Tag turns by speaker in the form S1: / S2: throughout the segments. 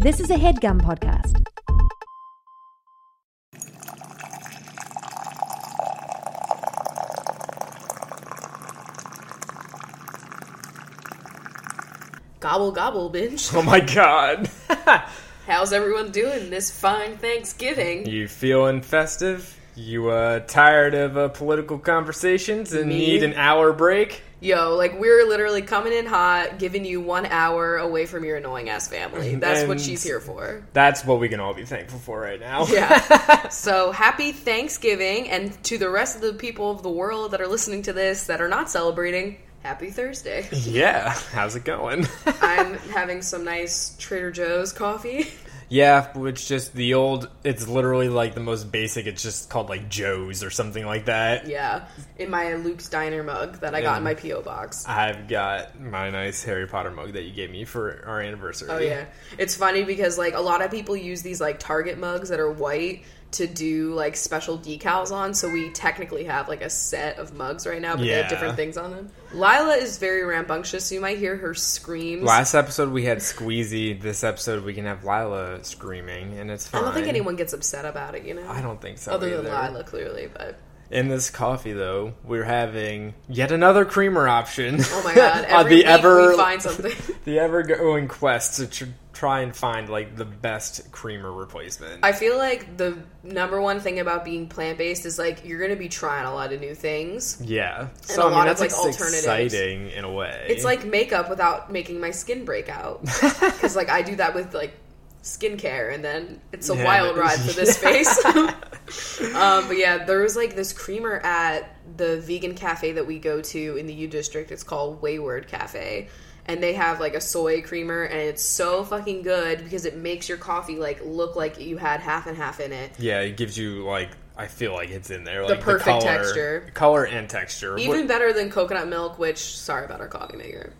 S1: This is a headgum podcast.
S2: Gobble gobble, bitch.
S3: Oh my god.
S2: How's everyone doing this fine Thanksgiving?
S3: You feeling festive? You uh tired of uh, political conversations and
S2: Me?
S3: need an hour break?
S2: Yo, like we're literally coming in hot, giving you one hour away from your annoying ass family. That's what
S3: And-
S2: she's here for.
S3: That's what we can all be thankful for right now.
S2: Yeah. so happy Thanksgiving, and to the rest of the people of the world that are listening to this that are not celebrating, happy Thursday.
S3: Yeah. How's it going?
S2: I'm having some nice Trader Joe's coffee.
S3: yeah, it's just the old it's literally like the most basic, it's just called like Joe's or something like that.
S2: Yeah, in my Luke's Diner mug that I got in my PO box.
S3: I've got my nice Harry Potter mug that you gave me for our anniversary.
S2: Oh yeah, it's funny because like a lot of people use these like Target mugs that are white to do like special decals on. So we technically have like a set of mugs right now, but they have
S3: Yeah.
S2: different things on them. Lila is very rambunctious. You might hear her screams.
S3: Last episode we had Squeezy. This episode we can have Lila screaming, and it's fine.
S2: I don't think anyone gets upset about it, you know.
S3: I don't think so.
S2: Other than
S3: either.
S2: Lila, clearly, but
S3: In this coffee, though, we're having yet another creamer option.
S2: oh my god,
S3: On
S2: every week we find something.
S3: the ever going quest to tr- try and find like the best creamer replacement.
S2: I feel like the number one thing about being plant based is like you're gonna be trying a lot of new things.
S3: yeah,
S2: a
S3: so I
S2: lot
S3: mean
S2: of,
S3: that's
S2: like,
S3: ex-
S2: alternatives.
S3: exciting in a way.
S2: It's like makeup without making my skin break out. Because like I do that with like skincare, and then it's a
S3: Yeah,
S2: wild
S3: but-
S2: ride for this face. um, but yeah, there was like this creamer at the vegan cafe that we go to in the U District. It's called Wayward Cafe. And they have like a soy creamer, and it's so fucking good because it makes your coffee like look like you had half and half in it.
S3: yeah, it gives you like I feel like it's in there like,
S2: perfect
S3: color,
S2: texture.
S3: color and texture.
S2: Even
S3: What-
S2: better than coconut milk, which sorry about our coffee maker.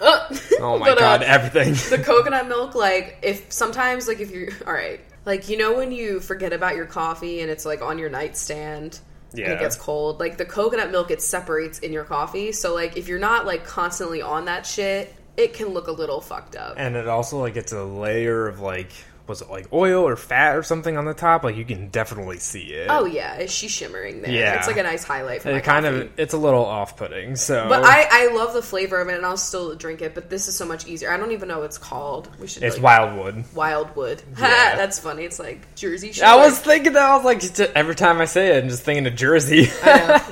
S2: Oh,
S3: oh my
S2: But, uh,
S3: god, everything.
S2: the coconut milk like if sometimes like if you're all right like you know when you forget about your coffee and it's like on your nightstand and it
S3: Yeah.
S2: gets cold like the coconut milk it separates in your coffee so like if you're not like constantly on that shit it can look a little fucked up
S3: and it also like it's a layer of like was it like oil or fat or something on the top? Like you can definitely see it.
S2: oh yeah she's shimmering there
S3: Yeah.
S2: it's like a nice highlight for my
S3: it kind
S2: coffee.
S3: of it's a little off-putting. So,
S2: but I, I love the flavor of it and I'll still drink it, but this is so much easier. I don't even know what it's called. We should
S3: it's
S2: like,
S3: Wildwood.
S2: Wildwood.
S3: Yeah.
S2: That's funny. It's like Jersey Shore.
S3: I was thinking that I was like just- every time I say it, I'm just thinking of Jersey.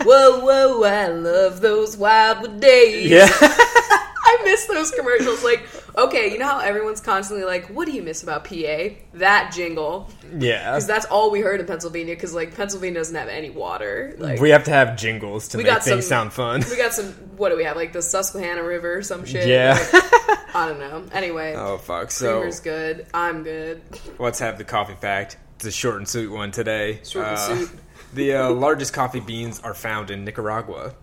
S2: whoa, whoa, I love those Wildwood days.
S3: yeah,
S2: I miss those commercials. Like, okay, you know how everyone's constantly like, what do you miss about PA? That jingle.
S3: Uh, yeah.
S2: Because that's all we heard in Pennsylvania, because, like, Pennsylvania doesn't have any water. Like,
S3: we have to have jingles to
S2: We
S3: make
S2: got
S3: things
S2: some-
S3: sound fun.
S2: we got some, what do we have? Like the Susquehanna River or some shit?
S3: Yeah.
S2: Like, I don't know. Anyway,
S3: oh fuck! So
S2: Creamer's good. I'm good.
S3: let's have the coffee fact. It's a short and sweet one today.
S2: Short and
S3: Uh,
S2: sweet.
S3: The uh, largest coffee beans are found in Nicaragua.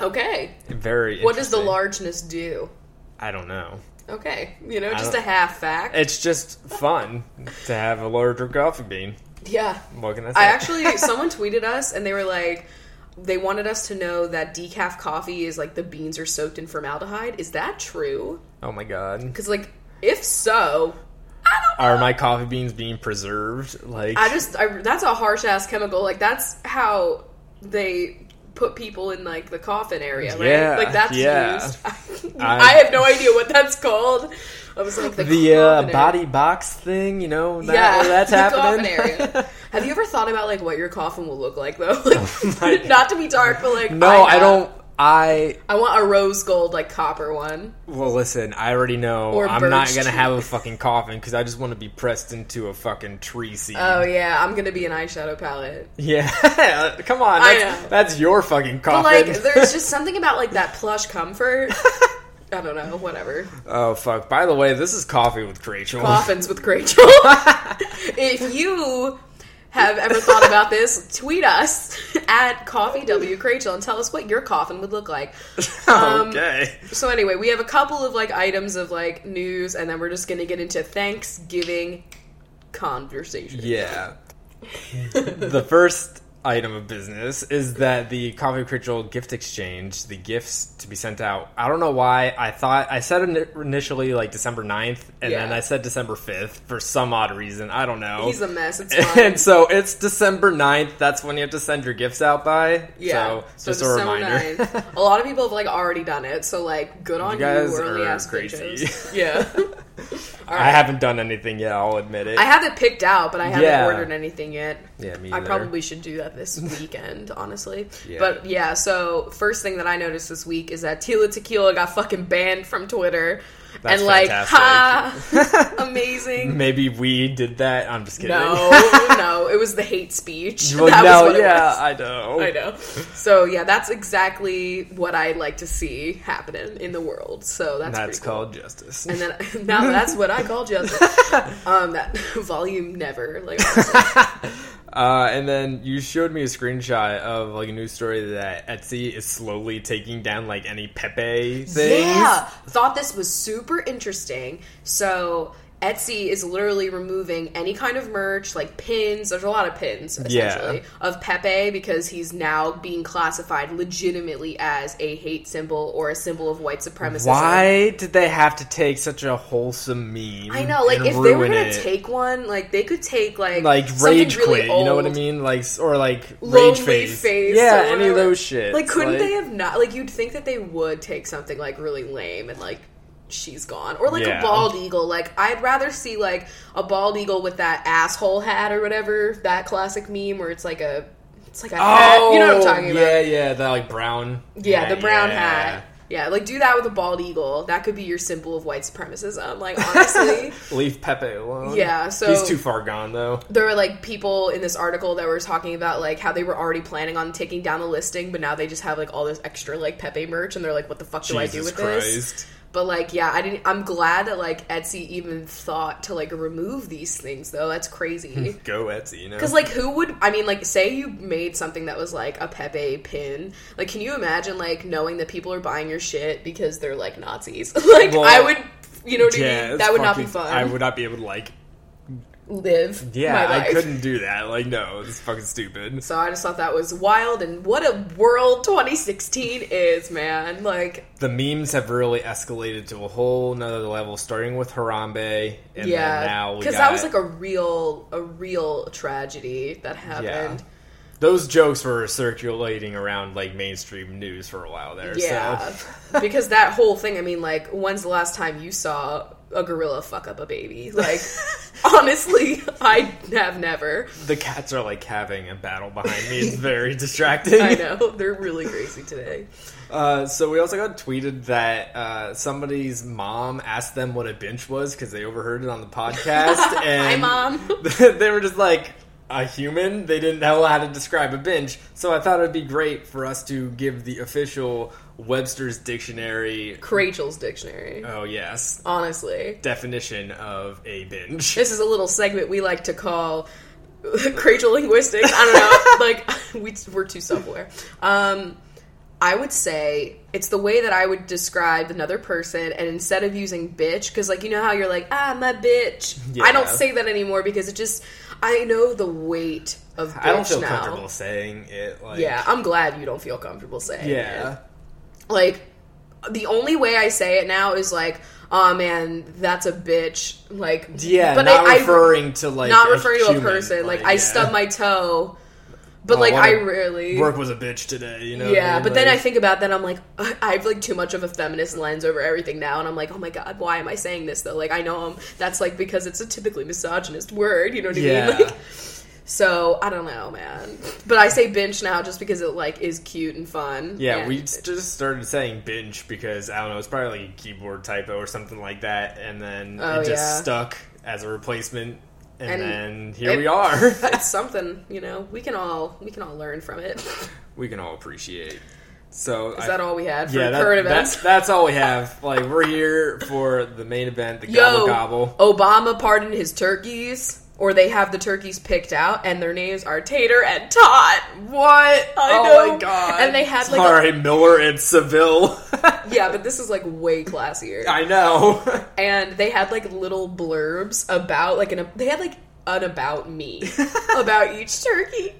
S2: Okay.
S3: Very.
S2: What does the
S3: interesting.
S2: largeness do?
S3: I don't know.
S2: Okay. You know, just a
S3: don't-
S2: half fact.
S3: It's just fun to have a larger coffee bean.
S2: yeah.
S3: What can I say?
S2: I actually someone tweeted us and they were like they wanted us to know that decaf coffee is like the beans are soaked in formaldehyde. Is that true?
S3: Oh my god!
S2: Cuz like if so,
S3: Are my coffee beans being preserved? Like
S2: I just I, that's a harsh ass chemical. Like that's how they put people in like the coffin area, right?
S3: Yeah,
S2: like that's
S3: yeah.
S2: used. I,
S3: I-
S2: have no idea what that's called. I was like the,
S3: the uh,
S2: coffin area.
S3: body box thing, you know, that,
S2: yeah,
S3: that's
S2: the
S3: happening.
S2: coffin area. Have you ever thought about like what your coffin will look like though? Like, not to be dark, but like
S3: Oh
S2: uh,
S3: no, I
S2: have-
S3: don't. I
S2: I want a rose gold, like copper one.
S3: well, listen. I already know
S2: Or
S3: I'm not
S2: birch
S3: gonna
S2: tree.
S3: have a fucking coffin because I just want to be pressed into a fucking tree seed.
S2: Oh yeah, I'm gonna be an eyeshadow palette.
S3: yeah, come on,
S2: I
S3: that's,
S2: know.
S3: that's your fucking
S2: But
S3: coffin.
S2: like, there's just something about like that plush comfort. I don't know, whatever.
S3: oh fuck! By the way, this is coffee with Rachel.
S2: Coffins with Rachel. if you have ever thought about this, tweet us at Coffee W Rachel and tell us what your coffin would look like.
S3: okay.
S2: So anyway, we have a couple of like items of like news, and then we're just gonna get into Thanksgiving conversation.
S3: Yeah. the first item of business is that the Coffee Ritual gift exchange, the gifts to be sent out. I don't know why I thought I said ini- initially like December 9th and then
S2: Yeah.
S3: I said December 5th for some odd reason. I don't know.
S2: He's a mess. It's fine.
S3: and so it's December 9th. That's when you have to send your gifts out by.
S2: Yeah.
S3: So, just a
S2: December
S3: reminder.
S2: 9th. a lot of people have like already done it, so like good on you,
S3: guys
S2: early
S3: are
S2: ass
S3: crazy.
S2: bitches. Yeah. All
S3: I
S2: right.
S3: haven't done anything yet, I'll admit it.
S2: I have it picked out, but I haven't
S3: Yeah.
S2: ordered anything yet.
S3: Yeah, me
S2: I
S3: either.
S2: probably should do that this weekend, honestly.
S3: Yeah.
S2: But yeah, so first thing that I noticed this week is that Tila Tequila got fucking banned from Twitter.
S3: That's
S2: and like,
S3: fantastic.
S2: ha! Amazing.
S3: Maybe we did that. I'm just kidding.
S2: no, no, it was the hate speech.
S3: Well,
S2: that
S3: no,
S2: was what it
S3: yeah,
S2: was.
S3: I know.
S2: I know. So yeah, that's exactly what I like to see happening in the world. So that's
S3: That's
S2: pretty cool.
S3: called justice.
S2: And then now that's what I call justice. um, that volume never like honestly.
S3: Uh, and then you showed me a screenshot of like a news story that Etsy is slowly taking down like any Pepe things.
S2: yeah. Thought this was super interesting. So. Etsy is literally removing any kind of merch, like pins. There's a lot of pins,
S3: Yeah.
S2: essentially, of Pepe because he's now being classified legitimately as a hate symbol or a symbol of white supremacy.
S3: Why did they have to take such a wholesome meme?
S2: I know, like
S3: and
S2: if they were
S3: ruin
S2: gonna
S3: it?
S2: take one, like they could take like
S3: like
S2: something
S3: rage
S2: really
S3: quit, you know what I
S2: old,
S3: mean? Like s- or like
S2: Lonely
S3: rage face,
S2: face
S3: yeah,
S2: or
S3: any of
S2: whatever.
S3: those shit.
S2: Like, couldn't they have not? Like, you'd think that they would take something like really lame and like she's gone, or like
S3: Yeah.
S2: a bald eagle. Like, I'd rather see like a bald eagle with that asshole hat or whatever that classic meme where it's like a it's like a hat.
S3: Oh,
S2: You know what I'm talking about?
S3: Yeah, yeah, that like brown.
S2: Yeah, the brown
S3: yeah.
S2: hat. Yeah, like do that with a bald eagle. That could be your symbol of white supremacism. Like, honestly.
S3: Leave Pepe alone.
S2: Yeah, so-
S3: he's too far gone though.
S2: there were like people in this article that were talking about like how they were already planning on taking down the listing, but now they just have like all this extra like Pepe merch, and they're like, "What the fuck do I do
S3: Jesus
S2: with
S3: Christ.
S2: this?" But like, yeah, I didn't. I'm glad that like Etsy even thought to like remove these things though. That's crazy.
S3: Go Etsy, you know.
S2: Because like, who would? I mean, like, say you made something that was like a Pepe pin. Like, can you imagine like knowing that people are buying your shit because they're like Nazis? like,
S3: Well,
S2: I would. You know what I
S3: yeah,
S2: mean?
S3: it's
S2: That would not be
S3: fucking-
S2: fun.
S3: I would not be able to like
S2: live.
S3: Yeah,
S2: my
S3: I
S2: life.
S3: couldn't do that. Like, no, this is fucking stupid.
S2: So I just thought that was wild, and what a world 2016 is, man. Like,
S3: The memes have really escalated to a whole nother level, starting with Harambe, and then
S2: yeah,
S3: now we
S2: because
S3: got
S2: that was like a real, a real tragedy that happened.
S3: those jokes were circulating around like mainstream news for a while there.
S2: Yeah,
S3: so.
S2: because that whole thing. I mean, like, when's the last time you saw a gorilla fuck up a baby? Like, honestly, I have never.
S3: the cats are like having a battle behind me. It's very distracting.
S2: I know they're really crazy today.
S3: Uh, so we also got tweeted that uh, somebody's mom asked them what a bench was because they overheard it on the podcast.
S2: Hi,
S3: and
S2: Mom.
S3: they were just like a human. They didn't know how to describe a bench. So I thought it'd be great for us to give the official Webster's Dictionary.
S2: Rachel's dictionary,
S3: Oh yes,
S2: honestly.
S3: definition of a bench.
S2: This is a little segment we like to call Cragel Linguistics. I don't know. like, we, we're too self-aware. Um, I would say it's the way that I would describe another person, and instead of using bitch, because, like, you know how you're like, ah, my bitch. I don't
S3: Yeah.
S2: say that anymore because it just, I know the weight of bitch
S3: I don't feel
S2: now.
S3: comfortable saying it. Like
S2: Yeah, I'm glad you don't feel comfortable saying it
S3: yeah.
S2: like the only way I say it now is like, oh man, that's a bitch. Like,
S3: Yeah, not referring to, like,
S2: not
S3: a
S2: referring to
S3: human,
S2: a person. Like,
S3: like,
S2: I
S3: yeah.
S2: stubbed my toe, but
S3: Oh,
S2: like
S3: what
S2: I
S3: a-
S2: rarely.
S3: Work was a bitch today, you know. what
S2: yeah,
S3: mean?
S2: but then I
S3: Like-
S2: think about that. I'm like, I have like too much of a feminist lens over everything now, and I'm like, oh my god, why am I saying this though? Like, I know I'm, that's like because it's a typically misogynist word. You know what I
S3: yeah.
S2: mean? Like, so I don't know, man. But I say bench now just because it like is cute and fun.
S3: Yeah,
S2: and-
S3: we s- just started saying binge because I don't know, it's probably like a keyboard typo or something like that, and then
S2: Oh,
S3: it just
S2: yeah.
S3: stuck as a replacement, and,
S2: And
S3: then here
S2: it-
S3: we are.
S2: it's something you know we can all we can all learn from it is
S3: we can all appreciate. So I-
S2: that all we had for
S3: Yeah, that-
S2: current
S3: that's
S2: events
S3: that's all we have. Like we're here for the main event, the
S2: yo
S3: gobble gobble.
S2: obama pardoned his turkeys or they have the turkeys picked out and their names are tater and tot what i
S3: oh
S2: know
S3: my god!
S2: and they had like uh, a-
S3: sorry, Miller and Seville.
S2: yeah but this is like way classier
S3: I know.
S2: and they had like little blurbs about like an they had like an about me about each turkey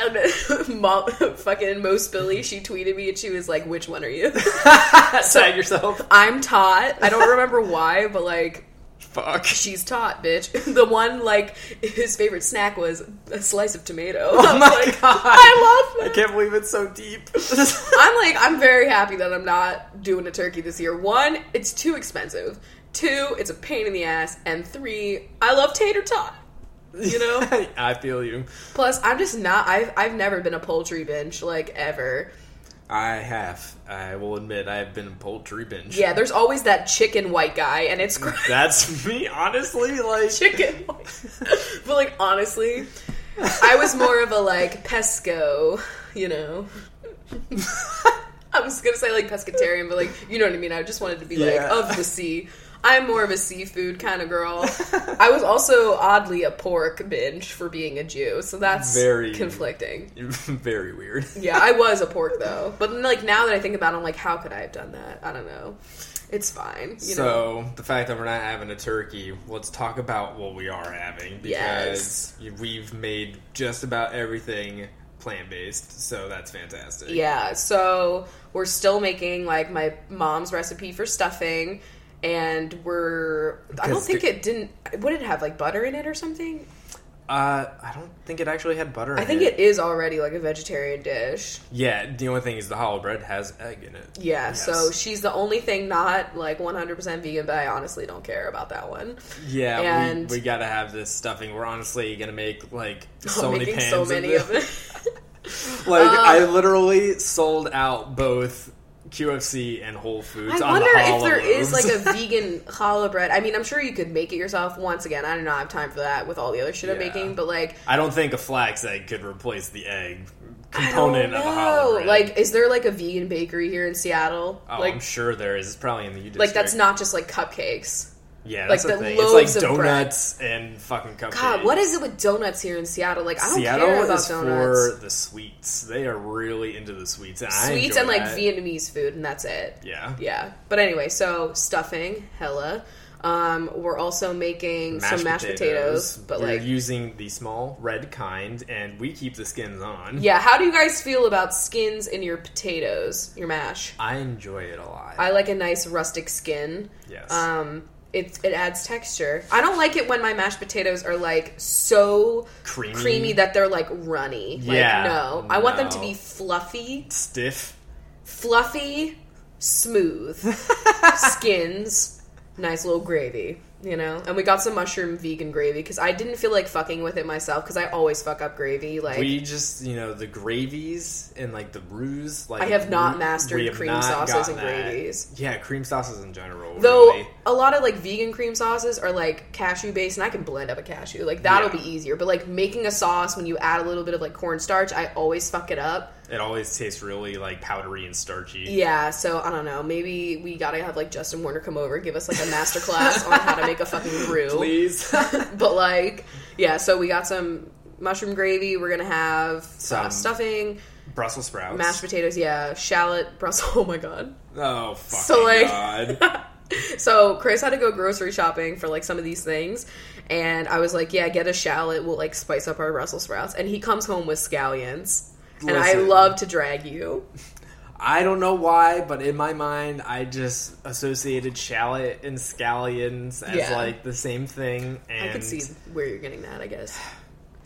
S2: And mom, fucking most Billy, she tweeted me and she was like, "Which one are you?"
S3: Tag yourself.
S2: I'm Tot. I don't remember why, but like
S3: Fuck.
S2: she's Tot, bitch. The one like his favorite snack was a slice of tomato.
S3: Oh
S2: I'm
S3: my
S2: like,
S3: god.
S2: I love
S3: I
S2: that.
S3: can't believe it's so deep.
S2: I'm like, I'm very happy that I'm not doing a turkey this year. One, it's too expensive. Two, it's a pain in the ass. And three, I love tater tot. You know?
S3: I feel you.
S2: Plus, I'm just not. I've I've never been a poultry bench like ever.
S3: I have. I will admit, I have been a poultry binge.
S2: Yeah, there's always that chicken white guy, and it's great.
S3: Mm, That's me, honestly. Like,
S2: chicken white. but like honestly, I was more of a like pesco. You know. I was gonna say like pescatarian, but like you know what I mean. I just wanted to be
S3: Yeah.
S2: like of the sea. I'm more of a seafood kind of girl. I was also oddly a pork binge for being a Jew, so that's
S3: Very.
S2: conflicting.
S3: very weird.
S2: Yeah, I was a pork though, but like now that I think about it, I'm like, how could I have done that? I don't know. It's fine. You know?
S3: so the fact that we're not having a turkey, let's talk about what we are having because we've made just about everything plant based, so that's fantastic.
S2: Yeah, so we're still making like my mom's recipe for stuffing, and we're. I don't
S3: Because
S2: think
S3: the-
S2: it didn't. Would it have like butter in it or something?
S3: Uh, I don't think it actually had butter.
S2: I think it is already like a vegetarian dish.
S3: Yeah, the only thing is the hollow bread has egg in it.
S2: Yeah,
S3: Yes.
S2: so she's the only thing not like 100% vegan, but I honestly don't care about that one.
S3: yeah,
S2: and-
S3: we, we gotta have this stuffing. We're honestly gonna make like so
S2: I'm
S3: many
S2: making
S3: pans
S2: so many
S3: this.
S2: of it. Um,
S3: Like I literally sold out both QFC and Whole Foods.
S2: I
S3: on
S2: wonder
S3: the
S2: if
S3: hollow
S2: there is like
S3: loaves.
S2: a vegan challah bread. I mean, I'm sure you could make it yourself. Once again, I do not have time for that with all the other shit I'm
S3: Yeah.
S2: making, but like,
S3: I don't think a flax egg could replace the egg
S2: I don't
S3: component of a
S2: know.
S3: hollow bread.
S2: Like, is there like a vegan bakery here in Seattle?
S3: oh,
S2: like,
S3: I'm sure there is. It's probably in the U district.
S2: like that's not just like cupcakes. like
S3: yeah, that's
S2: the
S3: the thing.
S2: loaves
S3: it's like
S2: of bread.
S3: donuts and fucking cupcakes.
S2: God, what is it with donuts here in Seattle? Like, I don't
S3: Seattle
S2: care about
S3: is
S2: donuts.
S3: for the sweets. They are really into the sweets. And I
S2: Sweets
S3: enjoy
S2: and like
S3: that.
S2: Vietnamese food, and that's it.
S3: Yeah.
S2: Yeah. But anyway, so stuffing, hella. Um, we're also making some mashed potatoes, but
S3: We're
S2: like
S3: using the small red kind, and we keep the skins on.
S2: Yeah, how do you guys feel about skins in your potatoes, your mash?
S3: I enjoy it a lot.
S2: I like a nice rustic skin.
S3: yes,
S2: Um, it it adds texture. I don't like it when my mashed potatoes are like so
S3: Creamy.
S2: creamy that they're like runny.
S3: Yeah,
S2: Like, no, I want them to
S3: no.
S2: be fluffy,
S3: stiff.
S2: fluffy, smooth skins. Nice little gravy, you know. And we got some mushroom vegan gravy because I didn't feel like fucking with it myself because I always fuck up gravy. Like
S3: We just, you know, the gravies and like the roux. Like
S2: I have not
S3: we-
S2: mastered
S3: we have
S2: cream
S3: not
S2: sauces and
S3: gotten that.
S2: gravies.
S3: Yeah, cream sauces in general.
S2: Though
S3: really.
S2: a lot of like vegan cream sauces are like cashew based, and I can blend up a cashew. Like that'll
S3: Yeah.
S2: be easier. But like making a sauce when you add a little bit of like cornstarch, I always fuck it up.
S3: it always tastes really like powdery and starchy.
S2: Yeah, so I don't know. Maybe we gotta have like Justin Warner come over, give us like a master class on how to make a fucking roux.
S3: Please,
S2: But like, yeah, so we got some mushroom gravy. We're gonna have uh,
S3: Some-
S2: stuffing,
S3: Brussels sprouts.
S2: mashed potatoes. Yeah, shallot, Brussels. Oh my god.
S3: oh, fucking
S2: So, like-
S3: god.
S2: So Chris had to go grocery shopping for like some of these things, and I was like, "Yeah, get a shallot. We'll like spice up our Brussels sprouts." And he comes home with scallions, and I
S3: Listen.
S2: love to drag you.
S3: I don't know why, but in my mind, I just associated shallot and scallions as
S2: Yeah.
S3: like the same thing. And
S2: I could see where you're getting that, I guess.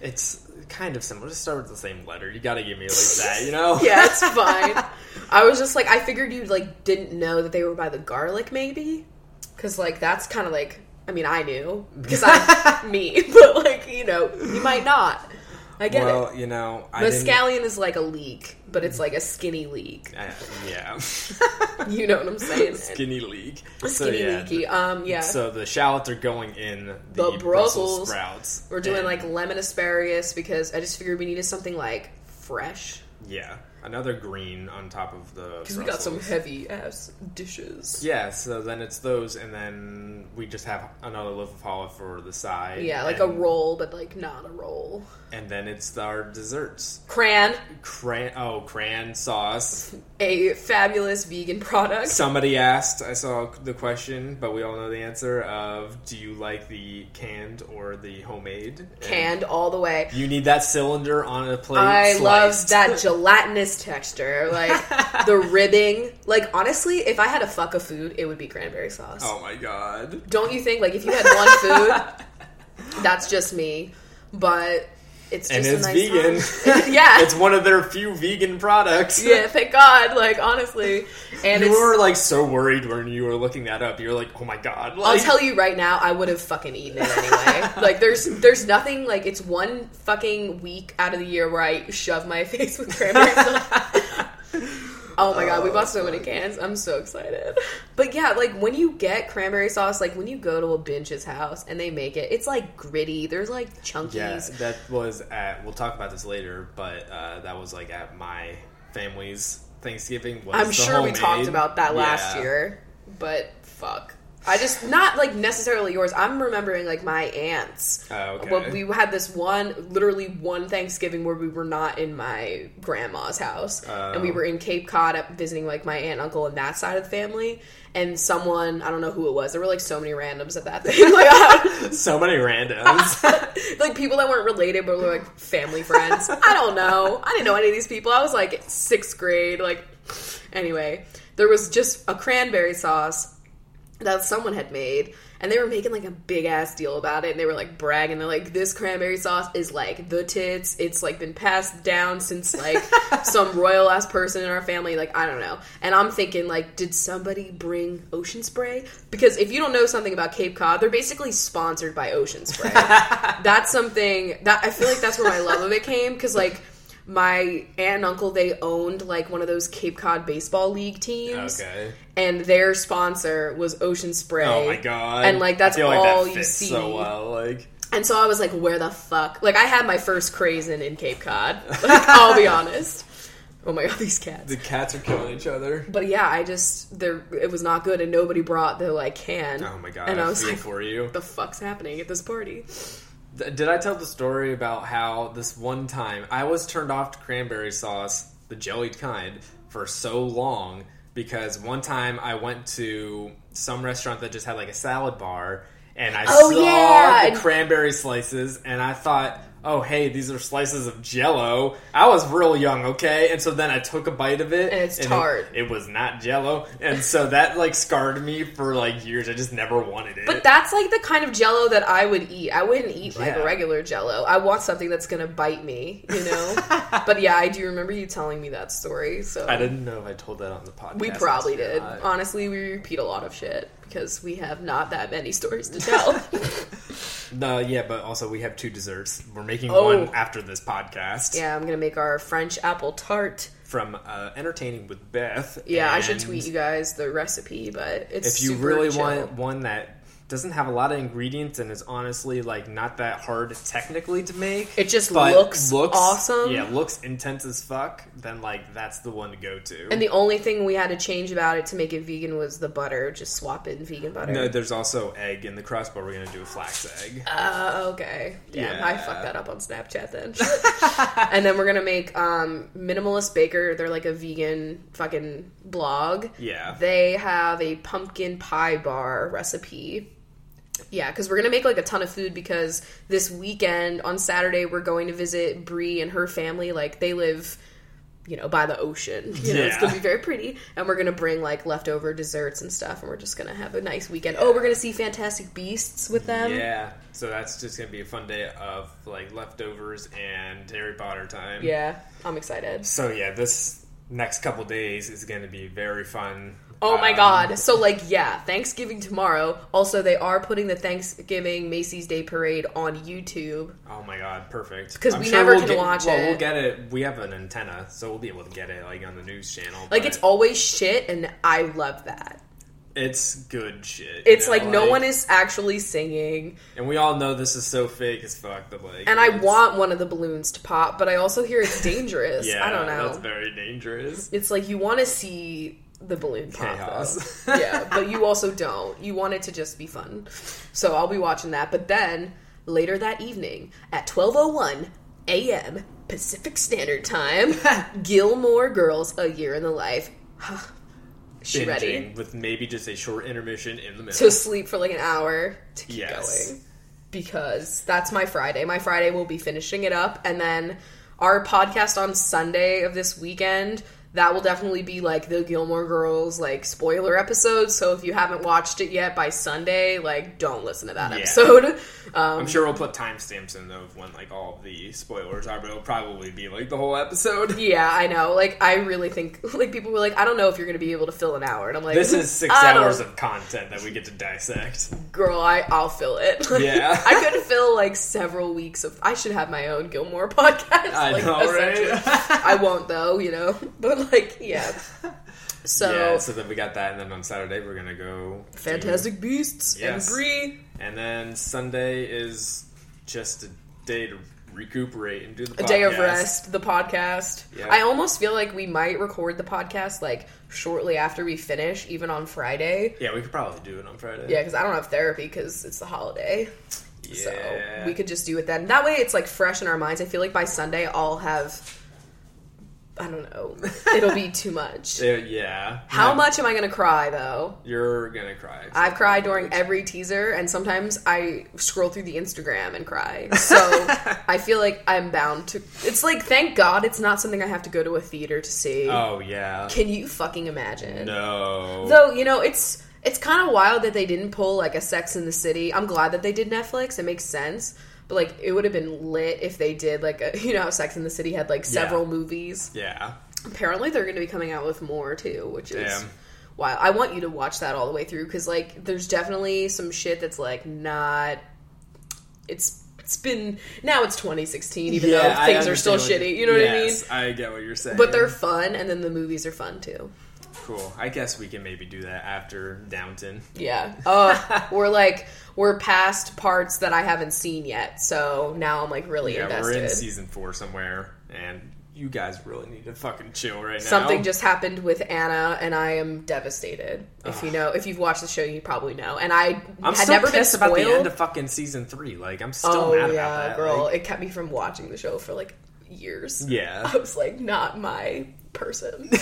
S3: It's kind of similar. Just start with the same letter. You gotta give me like that, you know?
S2: Yeah, it's fine. I was just like, I figured you like didn't know that they were by the garlic, maybe, because like that's kind of like, I mean, I knew because I'm me, but like you know, you might not. I get
S3: well,
S2: it.
S3: you know, I
S2: The
S3: didn't-
S2: scallion is like a leek, but it's like a skinny leek.
S3: I- uh, yeah,
S2: You know what I'm saying?
S3: skinny leek.
S2: skinny leaky. Um, yeah.
S3: So the shallots are going in the,
S2: The
S3: Brussels,
S2: Brussels.
S3: sprouts.
S2: We're doing
S3: And,
S2: like lemon asparagus because I just figured we needed something like fresh.
S3: yeah. another green on top of the.
S2: Because we got some
S3: Brussels.
S2: heavy ass dishes.
S3: Yeah, so then it's those, and then we just have another loaf of challah for the side.
S2: Yeah, like a
S3: and-
S2: roll, but like not a roll.
S3: And then it's our desserts.
S2: Cran,
S3: Cran, oh, cran sauce.
S2: a fabulous vegan product.
S3: Somebody asked, I saw the question, but we all know the answer of do you like the canned or the homemade? And
S2: Canned all the way.
S3: You need that cylinder on a plate.
S2: I love
S3: sliced.
S2: that gelatinous texture, like the ribbing. Like honestly, if I had a fuck of food, it would be cranberry sauce.
S3: Oh my god.
S2: Don't you think? Like if you had one food, that's just me. But it's just
S3: And
S2: a
S3: it's
S2: nice
S3: vegan.
S2: sauce. yeah,
S3: It's one of their few vegan products.
S2: yeah. Thank God. Like honestly, and
S3: You
S2: it's,
S3: were like so worried when you were looking that up. You were like, "Oh my god!"
S2: I'll
S3: Like,
S2: tell you right now, I would have fucking eaten it anyway. like there's there's nothing like it's one fucking week out of the year where I shove my face with cranberry sauce. Oh my god, we bought so many cans. I'm so excited. But yeah, like when you get cranberry sauce, like when you go to a bench's house and they make it, it's like gritty. There's like chunkies.
S3: Yeah, that was at. We'll talk about this later, but uh, that was like at my family's Thanksgiving. Was
S2: I'm
S3: the
S2: sure we talked
S3: homemade.
S2: about that last
S3: Yeah.
S2: year, but fuck. I just not like necessarily yours. I'm remembering like my aunts.
S3: Oh, okay.
S2: Well, we had this one, literally one Thanksgiving where we were not in my grandma's house, and we
S3: Oh.
S2: were in Cape Cod up visiting like my aunt, and uncle, and that side of the family. And someone, I don't know who it was. There were like so many randoms at that thing, like, I-
S3: So many randoms.
S2: like people that weren't related, but were like family friends. I don't know. I didn't know any of these people. I was like sixth grade. Like, anyway, there was just a cranberry sauce that someone had made and they were making like a big ass deal about it and they were like bragging they're like this cranberry sauce is like the tits it's like been passed down since like some royal ass person in our family like i don't know and i'm thinking like did somebody bring ocean spray because if you don't know something about cape cod they're basically sponsored by ocean spray that's something that i feel like that's where my love of it came because like my aunt and uncle they owned like one of those cape cod baseball league teams
S3: okay.
S2: and their sponsor was Ocean Spray.
S3: Oh my god.
S2: And like that's
S3: I feel like
S2: all
S3: that
S2: you
S3: fits
S2: see.
S3: So well, like
S2: And so I was like, where the fuck? Like I had my first crazing in Cape Cod. Like, I'll be honest. Oh my god, these cats.
S3: the cats are killing each other.
S2: But yeah, I just there it was not good, and nobody brought the like can.
S3: Oh my god.
S2: And I was
S3: feel
S2: like, what
S3: for you.
S2: the fuck's happening at this party?
S3: Th- Did I tell the story about how this one time I was turned off to cranberry sauce, the jellied kind, for so long because one time I went to some restaurant that just had like a salad bar and I
S2: Oh,
S3: saw
S2: yeah,
S3: the
S2: and-
S3: cranberry slices and I thought, oh hey, these are slices of jello. I was real young, okay? And so then I took a bite of it.
S2: And it's
S3: it-
S2: tart.
S3: It, was not jello. And so that like scarred me for like years. I just never wanted it.
S2: But that's like the kind of jello that I would eat. I wouldn't eat like
S3: Yeah.
S2: regular jello. I want something that's gonna bite me, you know? but yeah, I do remember you telling me that story. So
S3: I didn't know if I told that on the podcast.
S2: We probably
S3: last year or
S2: did.
S3: not.
S2: Honestly, we repeat a lot of shit because we have not that many stories to tell.
S3: No, yeah, but also we have two desserts. We're making
S2: Oh.
S3: one after this podcast
S2: yeah, I'm gonna make our French apple tart.
S3: from uh, entertaining with Beth.
S2: Yeah, I should
S3: and
S2: tweet you guys the recipe, but it's
S3: If you
S2: super
S3: really
S2: chill.
S3: want one that doesn't have a lot of ingredients and is honestly like not that hard technically to make,
S2: It just
S3: but
S2: looks awesome.
S3: Yeah, looks intense as fuck. Then like that's the one to go to.
S2: And the only thing we had to change about it to make it vegan was the butter. Just swap in vegan butter.
S3: no, there's also egg in the crust, but we're gonna do a flax egg.
S2: Uh, okay. Damn, I
S3: Yeah.
S2: fucked that up on Snapchat then. and then we're gonna make um, Minimalist Baker. They're like a vegan fucking blog.
S3: Yeah.
S2: They have a pumpkin pie bar recipe. Yeah, because we're gonna make like a ton of food because this weekend on Saturday we're going to visit Bree and her family. Like they live, you know, by the ocean. You know, it's
S3: Yeah.
S2: gonna be very pretty. And we're gonna bring like leftover desserts and stuff, and we're just gonna have a nice weekend. Oh, we're gonna see Fantastic Beasts with them.
S3: yeah, so that's just gonna be a fun day of like leftovers and Harry Potter time.
S2: Yeah, I'm excited.
S3: So yeah, this next couple days is going to be very fun.
S2: Oh my
S3: Um,
S2: god. So like yeah, Thanksgiving tomorrow. Also they are putting the Thanksgiving Macy's Day parade on YouTube.
S3: Oh my god! Perfect.
S2: 'Cause
S3: I'm
S2: we never
S3: we'll
S2: can
S3: get,
S2: watch
S3: well,
S2: it.
S3: We'll get it. We have an antenna, so we'll be able to get it like on the news channel.
S2: Like
S3: but
S2: it's always shit and I love that.
S3: it's good shit. you
S2: It's
S3: know,
S2: like no one is actually singing.
S3: and we all know this is so fake as fuck. The like,
S2: And I
S3: it's-
S2: want one of the balloons to pop, but I also hear it's dangerous.
S3: yeah,
S2: I don't know.
S3: That's very dangerous.
S2: it's like you want to see the balloon pop.
S3: Chaos.
S2: though. yeah, but you also don't. You want it to just be fun. So I'll be watching that. But then later that evening at 12:01 a.m. Pacific Standard Time, Gilmore Girls: A Year in the Life. she
S3: Binging
S2: ready
S3: with maybe just a short intermission in the middle.
S2: to sleep for like an hour to keep
S3: Yes.
S2: going because that's my Friday. My Friday will be finishing it up, and then our podcast on Sunday of this weekend that will definitely be like the Gilmore Girls like spoiler episode. So if you haven't watched it yet by Sunday, like don't listen to that
S3: Yeah.
S2: episode. Um,
S3: I'm sure we'll put timestamps in though of when like all of the spoilers are, but it'll probably be like the whole episode.
S2: yeah, I know. Like I really think like people were like, I don't know if you're gonna be able to fill an hour, and I'm like, "Mm,
S3: This is six
S2: I don't-
S3: hours of content that we get to dissect.
S2: girl, I I'll fill it. Like,
S3: Yeah.
S2: I could fill like several weeks of. I should have my own Gilmore podcast.
S3: I
S2: like,
S3: know, right?
S2: essentially. I won't though, you know. But like, yeah. So,
S3: yeah, so then we got that, and then on Saturday we're gonna go to-
S2: Fantastic Beasts
S3: Yes.
S2: and Bree.
S3: and then Sunday is just a day to recuperate and do the
S2: A day of
S3: podcast.
S2: rest, the podcast.
S3: Yeah.
S2: I almost feel like we might record the podcast like shortly after we finish, even on Friday.
S3: Yeah, we could probably do it on Friday.
S2: Yeah, because I don't have therapy because it's the holiday.
S3: Yeah.
S2: So we could just do it then. That way it's like fresh in our minds. I feel like by Sunday I'll have I don't know. It'll be too much.
S3: Yeah, Uh, yeah.
S2: How
S3: Yeah,
S2: much am I gonna cry though?
S3: You're gonna cry.
S2: I've cried during every teaser and sometimes I scroll through the Instagram and cry. So I feel like I'm bound to it's like thank God it's not something I have to go to a theater to see.
S3: Oh yeah.
S2: Can you fucking imagine?
S3: No.
S2: Though, you know, it's it's kind of wild that they didn't pull like a Sex in the City. I'm glad that they did Netflix. It makes sense. But like it would have been lit if they did like a, you know, how Sex in the City had like several movies.
S3: yeah.
S2: Apparently they're going to be coming out with more too, which is
S3: Damn.
S2: wild. I want you to watch that all the way through cuz like there's definitely some shit that's like not it's it's been now it's 2016 even though
S3: I
S2: things are still
S3: understand what
S2: shitty, you know what I mean?
S3: Yes, I get what you're saying.
S2: But they're fun and then the movies are fun too.
S3: cool. I guess we can maybe do that after Downton.
S2: Yeah. Uh, we're like we're past parts that I haven't seen yet, so now I'm like really
S3: Yeah,
S2: invested.
S3: we're in season four somewhere, and you guys really need to fucking chill right now.
S2: Something just happened with Anna, and I am devastated. If you know, if you've watched the show, you probably know. And I
S3: I'm
S2: had
S3: still
S2: never been
S3: pissed
S2: spoiled.
S3: about the end of fucking season three. Like I'm still
S2: oh
S3: mad about
S2: yeah,
S3: that.
S2: girl,
S3: Like,
S2: it kept me from watching the show for like years.
S3: yeah.
S2: I was like, not my person.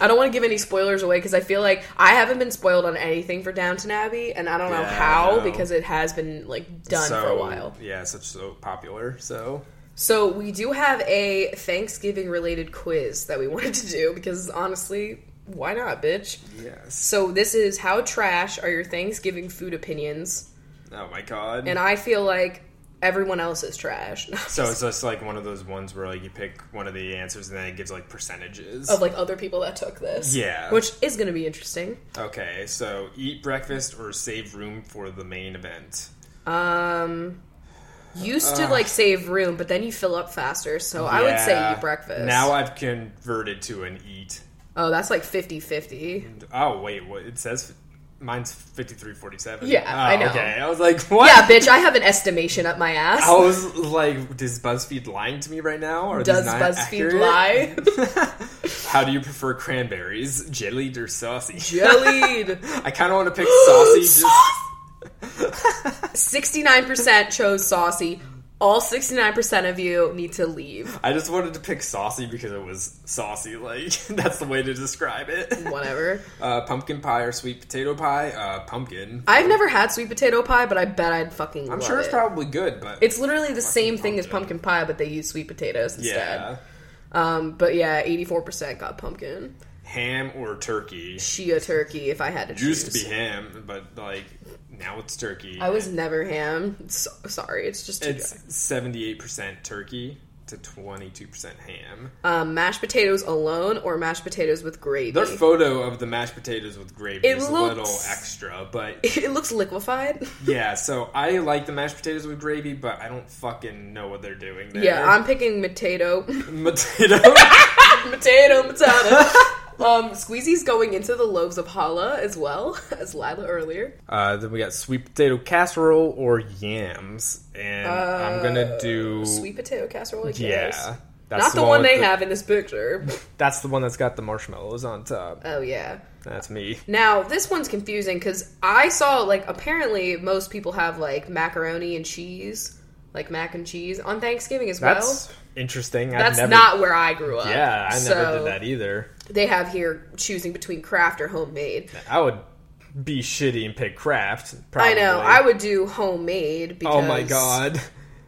S2: I don't want to give any spoilers away because I feel like I haven't been spoiled on anything for Downton Abbey, and I don't know
S3: Yeah, I
S2: how
S3: know.
S2: because it has been like done for a
S3: So,
S2: while.
S3: Yeah, such so popular. So
S2: So we do have a Thanksgiving related quiz that we wanted to do because honestly, why not, bitch?
S3: yes.
S2: So this is how trash are your Thanksgiving food opinions?
S3: Oh my god.
S2: And I feel like everyone else is trash.
S3: so it's just like one of those ones where like you pick one of the answers and then it gives like percentages.
S2: of like other people that took this.
S3: Yeah.
S2: Which is going to be interesting.
S3: Okay, so eat breakfast or save room for the main event.
S2: Um used to like save room, but then you fill up faster. So I would say
S3: Yeah.
S2: eat breakfast.
S3: Now I've converted to an eat.
S2: oh, that's like 50-50.
S3: Oh wait, what it says? Mine's fifty three forty seven.
S2: Yeah,
S3: oh,
S2: I know.
S3: Okay, I was like, what? Oh,
S2: Yeah, bitch, I have an estimation up my ass.
S3: I was like, is BuzzFeed lying to me right now? Or
S2: Does
S3: not
S2: BuzzFeed
S3: accurate?
S2: lie?
S3: How do you prefer cranberries, jellied or saucy?
S2: Jellied.
S3: I kind of want to pick saucy. Just,
S2: 69% chose saucy. All 69% of you need to leave.
S3: I just wanted to pick saucy because it was saucy. Like that's the way to describe it.
S2: Whatever.
S3: Uh, pumpkin pie or sweet potato pie? Uh, pumpkin.
S2: I've never had sweet potato pie, but I bet I'd fucking
S3: I'm
S2: love
S3: sure it's
S2: it.
S3: probably good, but
S2: It's literally the same thing as pumpkin pie, but they use sweet potatoes instead.
S3: yeah.
S2: Um, but yeah, 84% got pumpkin.
S3: Ham or turkey?
S2: Chia turkey, if I had to choose.
S3: Used to be ham, but like now it's turkey.
S2: I was never ham. So, sorry, it's just too dry.
S3: It's seventy-eight percent turkey to twenty-two percent ham.
S2: Um, mashed potatoes alone or mashed potatoes with gravy.
S3: Their photo of the mashed potatoes with gravy
S2: It
S3: is a
S2: looks-
S3: little extra, but
S2: it looks liquefied.
S3: yeah. So I like the mashed potatoes with gravy, but I don't fucking know what they're doing there.
S2: Yeah, I'm picking potato.
S3: potato.
S2: potato, potato. Um, Squeezie's going into the loaves of challah as well as Lila earlier.
S3: Uh, then we got sweet potato casserole or yams, and I'm gonna do
S2: Uh, Um, Sweet potato casserole. I guess.
S3: Yeah, that's
S2: Not the, one
S3: with
S2: they
S3: the-
S2: have in this picture.
S3: That's the one that's got the marshmallows on top.
S2: oh yeah.
S3: That's me.
S2: Now this one's confusing because I saw like apparently most people have like macaroni and cheese, like mac and cheese on Thanksgiving as
S3: That's
S2: well.
S3: interesting.
S2: That's
S3: I've never,
S2: not where I grew up.
S3: Yeah, I never
S2: So,
S3: did that either.
S2: They have here choosing between craft or homemade.
S3: I would be shitty and pick craft. Probably.
S2: I know. I would do homemade because
S3: Oh my god.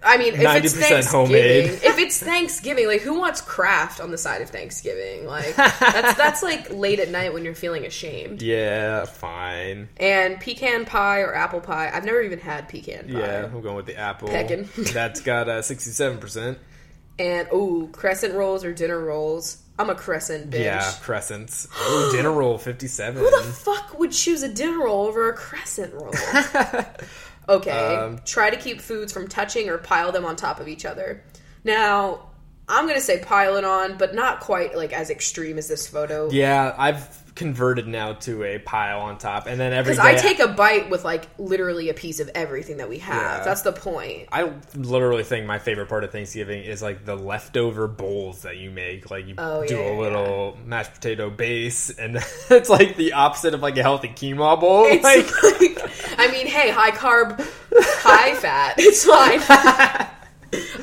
S2: I mean, if it's
S3: 90%
S2: Thanksgiving,
S3: homemade.
S2: if it's Thanksgiving, like who wants craft on the side of Thanksgiving? Like that's that's like late at night when you're feeling ashamed.
S3: Yeah, fine.
S2: And pecan pie or apple pie. I've never even had pecan pie.
S3: Yeah, I'm going with the apple.
S2: Peckin'.
S3: That's got uh, 67%.
S2: And ooh, crescent rolls or dinner rolls. I'm a crescent bitch.
S3: Yeah, crescents. Oh, dinner roll 57.
S2: Who the fuck would choose a dinner roll over a crescent roll? okay.
S3: Um,
S2: Try to keep foods from touching or pile them on top of each other. Now, I'm gonna say pile it on, but not quite like as extreme as this photo.
S3: yeah, I've converted now to a pile on top, and then every
S2: Because I
S3: day-
S2: take a bite with like literally a piece of everything that we have.
S3: Yeah.
S2: That's the point.
S3: I literally think my favorite part of Thanksgiving is like the leftover bowls that you make. Like you
S2: Oh,
S3: do
S2: yeah,
S3: a little mashed potato base, and it's like the opposite of like a healthy quinoa bowl.
S2: It's
S3: like,
S2: like, I mean, hey, high carb, high fat. It's fine.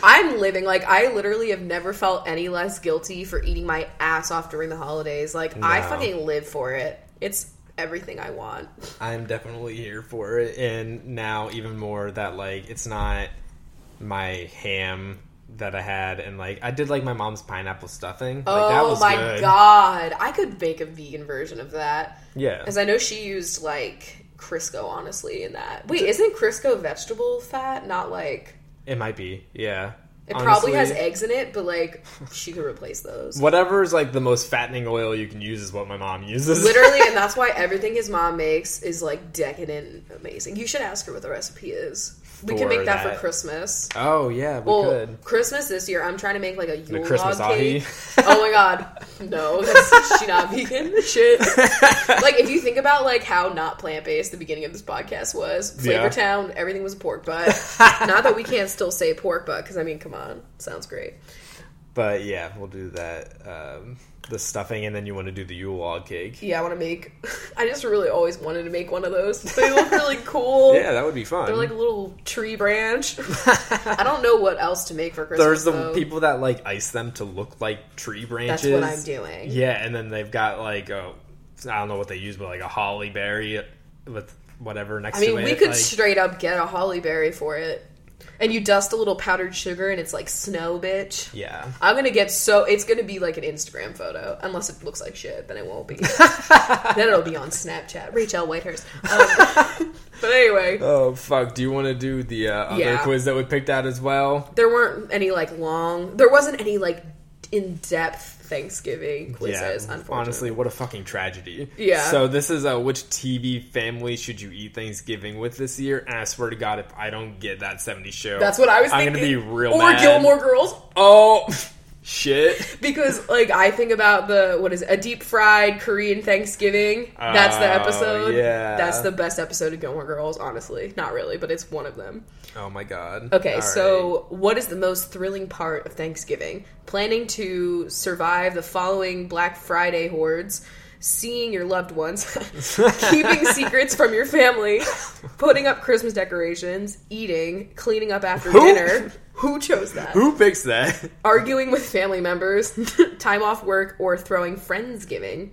S2: I'm living like I literally have never felt any less guilty for eating my ass off during the holidays. Like I
S3: No.
S2: fucking live for it. It's everything I want.
S3: I'm definitely here for it, and now even more that like it's not my ham that I had, and like I did like my mom's pineapple stuffing. Like, that
S2: oh
S3: was
S2: my
S3: good.
S2: god, I could make a vegan version of that.
S3: Yeah,
S2: Because I know she used like Crisco, honestly, in that. Wait, isn't Crisco vegetable fat? Not like
S3: it might be. Yeah,
S2: It probably has
S3: Honestly,
S2: eggs in it, but like she could replace those.
S3: Whatever is like the most fattening oil you can use is what my mom uses.
S2: Literally, and that's why everything his mom makes is like decadent and amazing. You should ask her what the recipe is. We can
S3: For
S2: make that,
S3: that.
S2: for Christmas.
S3: Oh yeah, we
S2: Well,
S3: could.
S2: Christmas this year, I'm trying to make like a Yule
S3: Christmas
S2: log cake.
S3: ahi.
S2: oh my god, no, that's, she not vegan. Shit. like if you think about like how not plant based the beginning of this podcast was,
S3: Yeah.
S2: Flavor Town, everything was a pork butt. not that we can't still say pork butt because I mean, come on, sounds great.
S3: But yeah, we'll do that. Um, the stuffing, and then you want to do the Yule log cake.
S2: Yeah, I want to make. I just really always wanted to make one of those. They look really cool.
S3: Yeah, that would be fun.
S2: They're like a little tree branch. I don't know what else to make for Christmas.
S3: There's the
S2: though.
S3: people that like ice them to look like tree branches.
S2: That's what I'm doing.
S3: Yeah, and then they've got like a, I don't know what they use, but like a holly berry with whatever next
S2: I
S3: to
S2: mean,
S3: it.
S2: we could
S3: like-
S2: straight up get a holly berry for it, and you dust a little powdered sugar, and it's like snow, bitch.
S3: yeah.
S2: I'm gonna get so it's gonna be like an Instagram photo, unless it looks like shit. Then it won't be. then it'll be on Snapchat. Rachel Whitehurst. Um, but anyway,
S3: Oh fuck! Do you want to do the uh, other
S2: Yeah.
S3: quiz that we picked out as well?
S2: there weren't any like long. There wasn't any like in depth Thanksgiving quizzes. unfortunately,
S3: honestly, what a fucking tragedy.
S2: Yeah.
S3: So this is uh, which TV family should you eat Thanksgiving with this year? And I swear to God, if I don't get that seventy show,
S2: that's what I was.
S3: I'm
S2: thinking.
S3: gonna be real
S2: Or
S3: mad.
S2: Gilmore Girls.
S3: Oh shit!
S2: Because like I think about the what is it, a deep fried Korean Thanksgiving. That's the
S3: Oh,
S2: episode.
S3: yeah.
S2: That's the best episode of Gilmore Girls, honestly. Not really, but it's one of them.
S3: Oh my god.
S2: Okay,
S3: All right.
S2: so what is the most thrilling part of Thanksgiving? Planning to survive the following Black Friday hordes, seeing your loved ones, keeping secrets from your family, putting up Christmas decorations, eating, cleaning up after
S3: Who?
S2: dinner. Who chose that?
S3: who picks that?
S2: arguing with family members, time off work, or throwing friendsgiving.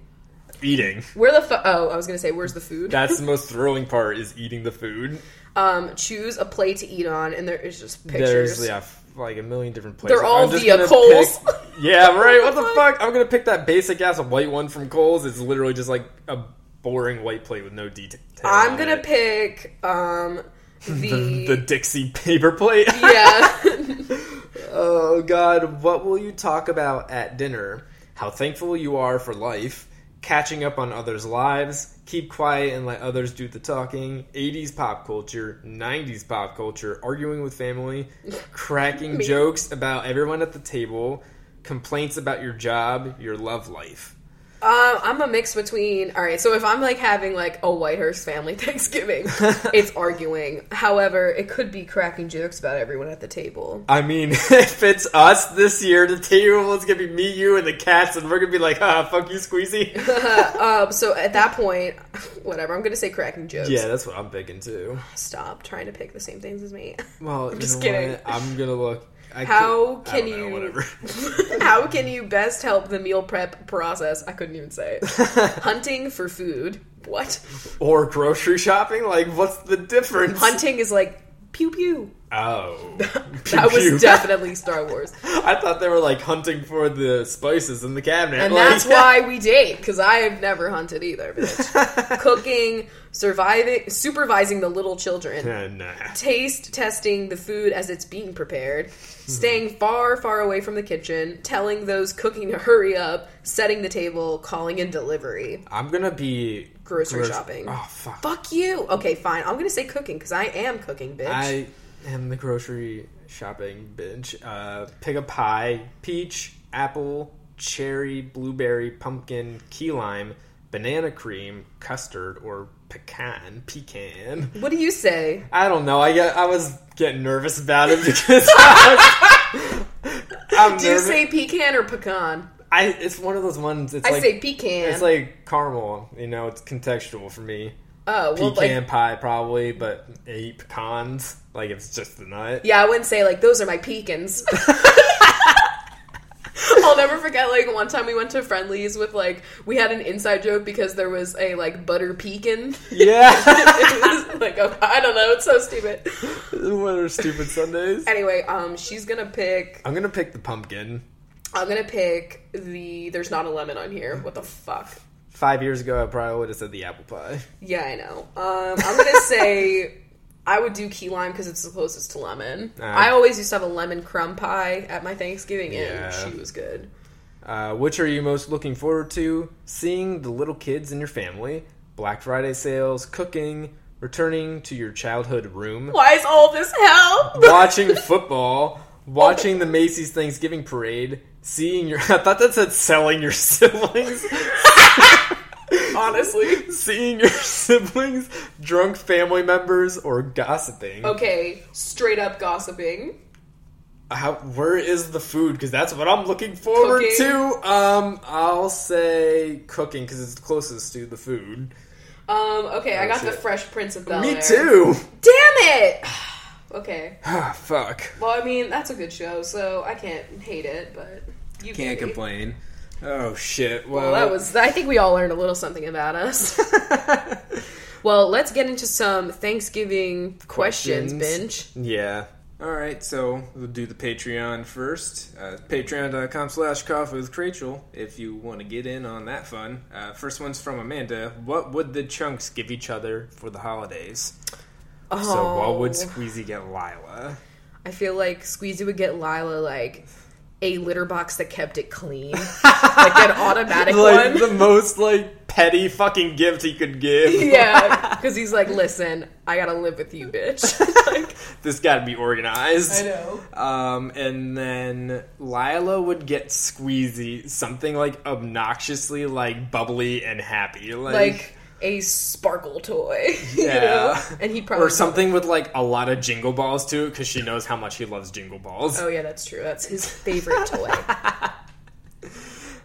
S3: Eating.
S2: Where the fu- oh, I was gonna say, where's the food?
S3: That's the most thrilling part is eating the food.
S2: Um, choose a plate to eat on, and there is just pictures.
S3: There's yeah, f- like a million different places.
S2: They're all
S3: I'm just
S2: via
S3: gonna
S2: Kohl's.
S3: pick- yeah, right. What the fuck? I'm gonna pick that basic ass white one from Coles. It's literally just like a boring white plate with no detail.
S2: I'm
S3: on
S2: gonna
S3: it.
S2: pick um the,
S3: the Dixie paper plate.
S2: yeah.
S3: Oh God, what will you talk about at dinner? How thankful you are for life, catching up on others' lives, keep quiet and let others do the talking, 80s pop culture, 90s pop culture, arguing with family, cracking
S2: Me.
S3: jokes about everyone at the table, complaints about your job, your love life.
S2: Um, I'm a mix between. All right, so if I'm like having like a Whitehurst family Thanksgiving, it's arguing. However, it could be cracking jokes about everyone at the table.
S3: I mean, if it's us this year, the table is gonna be me, you, and the cats, and we're gonna be like, ah, fuck you, Squeezy.
S2: Um, so at that point, whatever. I'm gonna say cracking jokes.
S3: yeah, that's what I'm picking too.
S2: Stop trying to pick the same things as me.
S3: Well, you
S2: just
S3: know
S2: kidding.
S3: what? I'm gonna look. I
S2: How
S3: could- I
S2: can
S3: don't know,
S2: you-
S3: whatever.
S2: How can you best help the meal prep process? I couldn't even say it. Hunting for food. What?
S3: or grocery shopping? Like, what's the difference?
S2: Hunting is like pew pew.
S3: Oh,
S2: That
S3: Pew.
S2: was definitely Star Wars.
S3: I thought they were like hunting for the spices in the cabinet,
S2: And
S3: like-
S2: that's why we date, because I've never hunted either. bitch. Cooking, surviving, supervising the little children,
S3: Uh, nah.
S2: taste testing the food as it's being prepared,
S3: Mm-hmm.
S2: staying far, far away from the kitchen, telling those cooking to hurry up, setting the table, calling in delivery.
S3: I'm gonna be
S2: Grocery
S3: groc-
S2: shopping.
S3: Oh fuck!
S2: Fuck you. Okay, fine. I'm gonna say cooking because I am cooking, bitch.
S3: I am the grocery shopping bitch. Uh, pick a pie: peach, apple, cherry, blueberry, pumpkin, key lime, banana cream, custard, or pecan. Pecan.
S2: What do you say?
S3: I don't know. I get. I was getting nervous about it because. I was- I'm
S2: Do you
S3: nervous.
S2: say pecan or pecan?
S3: I, it's one of those ones. It's
S2: I
S3: like
S2: say pecan.
S3: it's like caramel. You know, it's contextual for me.
S2: oh, well,
S3: pecan
S2: like,
S3: pie probably, but eight pecans. Like it's just the nut.
S2: yeah, I wouldn't say like those are my pecans. I'll never forget like one time we went to Friendlies with like we had an inside joke because there was a like butter pecan.
S3: Yeah.
S2: it was like a, I don't know, it's so stupid.
S3: what are stupid Sundays?
S2: Anyway, um, she's gonna pick.
S3: I'm gonna pick the pumpkin.
S2: I'm gonna pick the. There's not a lemon on here. What the fuck?
S3: Five years ago, I probably would have said the apple pie.
S2: Yeah, I know. Um, I'm gonna say I would do key lime because it's the closest to lemon.
S3: Uh.
S2: I always used to have a lemon crumb pie at my Thanksgiving, and
S3: Yeah.
S2: she was good.
S3: Uh, which are you most looking forward to? Seeing the little kids in your family, Black Friday sales, cooking, returning to your childhood room.
S2: Why is all this hell?
S3: watching football, watching the Macy's Thanksgiving parade, seeing your I thought that said selling your siblings.
S2: Honestly.
S3: seeing your siblings, drunk family members, or gossiping.
S2: Um, Okay, straight up gossiping.
S3: How, where is the food? Because that's what I'm looking forward
S2: Cooking.
S3: to. Um, I'll say cooking because it's closest to the food.
S2: Um, okay, I
S3: Oh,
S2: got the
S3: shit.
S2: Fresh Prince of Bel
S3: Me too.
S2: Damn it! okay.
S3: Ah, fuck.
S2: Well, I mean, that's a good show, so I can't hate it, but you
S3: Can't
S2: can.
S3: complain. Oh shit.
S2: Well,
S3: Well,
S2: that was. I think we all learned a little something about us. well, let's get into some Thanksgiving questions,
S3: Questions.
S2: Bench.
S3: Yeah. All right, so we'll do the Patreon first. Uh, Patreon.com slash Coffee with Rachel if you want to get in on that fun. Uh, first one's from Amanda. What would the chunks give each other for the holidays?
S2: Oh,
S3: So what would Squeezy get Lila?
S2: I feel like Squeezy would get Lila like a litter box that kept it clean, like an automatic
S3: Like
S2: one.
S3: the most like petty fucking gift he could give.
S2: yeah, because he's like, listen, I gotta live with you, bitch. like,
S3: this got to be
S2: I
S3: organized.
S2: know.
S3: Um, and then Lila would get squeezy, something like obnoxiously like bubbly and happy, like,
S2: like a sparkle toy. you know?
S3: yeah,
S2: and he probably
S3: or something with like a lot of jingle balls to it because she knows how much he loves jingle balls.
S2: Oh yeah, that's true. That's his favorite toy.
S3: Uh,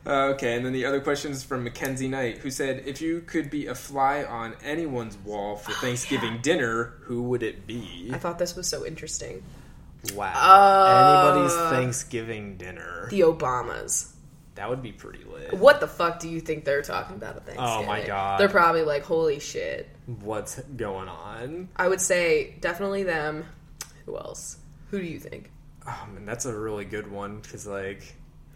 S3: Okay, and then the other question is from Mackenzie Knight, who said, "If you could be a fly on anyone's wall for Thanksgiving dinner, who would it be?"
S2: I thought this was so interesting.
S3: Wow,
S2: Uh,
S3: anybody's Thanksgiving dinner.
S2: The Obamas.
S3: That would be pretty lit.
S2: What the fuck do you think they're talking about at Thanksgiving?
S3: Oh, my God.
S2: They're probably like, holy shit.
S3: What's going on?
S2: I would say definitely them. Who else? Who do you think?
S3: Oh man, that's a really good one because like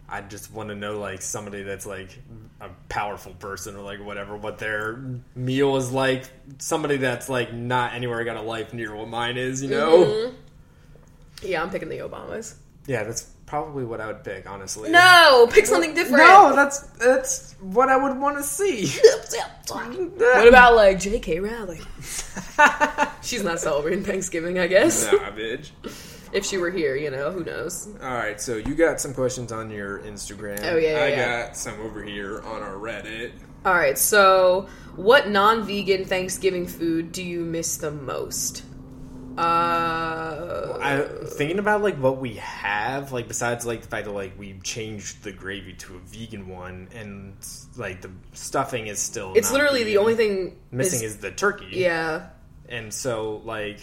S3: I just want to know like somebody that's like a powerful person or like whatever what their meal is like. Somebody that's like not anywhere I got a life near what mine is, you know?
S2: Mm-hmm. Yeah, I'm picking the Obamas.
S3: Yeah, that's probably what I would pick, honestly.
S2: No, pick something different.
S3: no, that's that's what I would want to see.
S2: What about like J.K. Rowling? She's not celebrating Thanksgiving, I guess.
S3: Nah, bitch.
S2: if she were here, you know, who knows?
S3: All right, so you got some questions on your Instagram.
S2: Oh, yeah, yeah,
S3: I
S2: yeah.
S3: got some over here on our Reddit.
S2: All right, so what non-vegan Thanksgiving food do you miss the most? Uh,
S3: I thinking about like what we have, like besides like the fact that like we changed the gravy to a vegan one, and like the stuffing is still.
S2: it's
S3: not
S2: literally the
S3: vegan.
S2: only thing
S3: missing is, the turkey.
S2: yeah.
S3: and so like,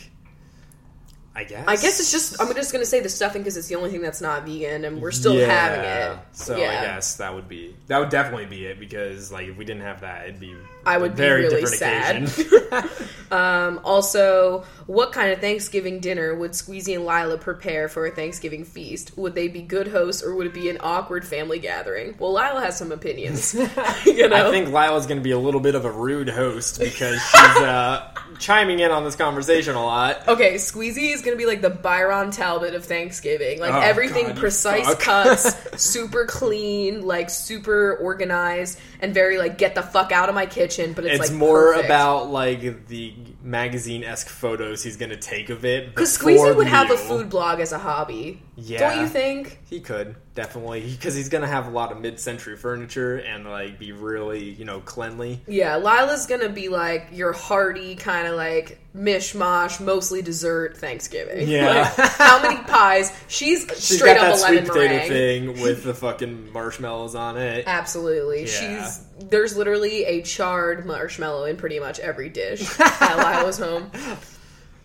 S3: I guess
S2: I guess it's just I'm just gonna say the stuffing because it's the only thing that's not vegan, and we're still
S3: Yeah.
S2: having it.
S3: So
S2: Yeah.
S3: I guess that would be that would definitely be it because like if we didn't have that, it'd be
S2: I
S3: a
S2: would be
S3: very
S2: really
S3: different
S2: sad.
S3: occasion.
S2: Um, also, what kind of Thanksgiving dinner would Squeezy and Lila prepare for a Thanksgiving feast? Would they be good hosts or would it be an awkward family gathering? Well, Lila has some opinions. you know,
S3: I think Lila's going to be a little bit of a rude host because she's uh, chiming in on this conversation a lot.
S2: Okay, Squeezy is gonna be like the Byron Talbot of Thanksgiving. Like
S3: Oh,
S2: everything
S3: God, you
S2: precise
S3: fuck.
S2: cuts, super clean, like super organized, and very like get the fuck out of my kitchen. But it's,
S3: It's
S2: like
S3: more
S2: perfect.
S3: about like the magazine esque photos he's going to take of it.
S2: because
S3: before
S2: Squeezy would
S3: the
S2: have a
S3: meal.
S2: food blog as a hobby. don't
S3: Yeah.
S2: you think?
S3: He could definitely because he's going to have a lot of mid century furniture and like be really you know cleanly.
S2: Yeah, Lila's gonna be like your hearty kind of like mishmash, mostly dessert Thanksgiving.
S3: Yeah.
S2: Like, how many pies? She's,
S3: She's
S2: straight
S3: got
S2: up
S3: that
S2: a lemon
S3: sweet potato
S2: meringue. Ah.
S3: thing with the fucking marshmallows on it.
S2: Absolutely.
S3: Yeah.
S2: She's there's literally a charred marshmallow in pretty much every dish at Lila's home.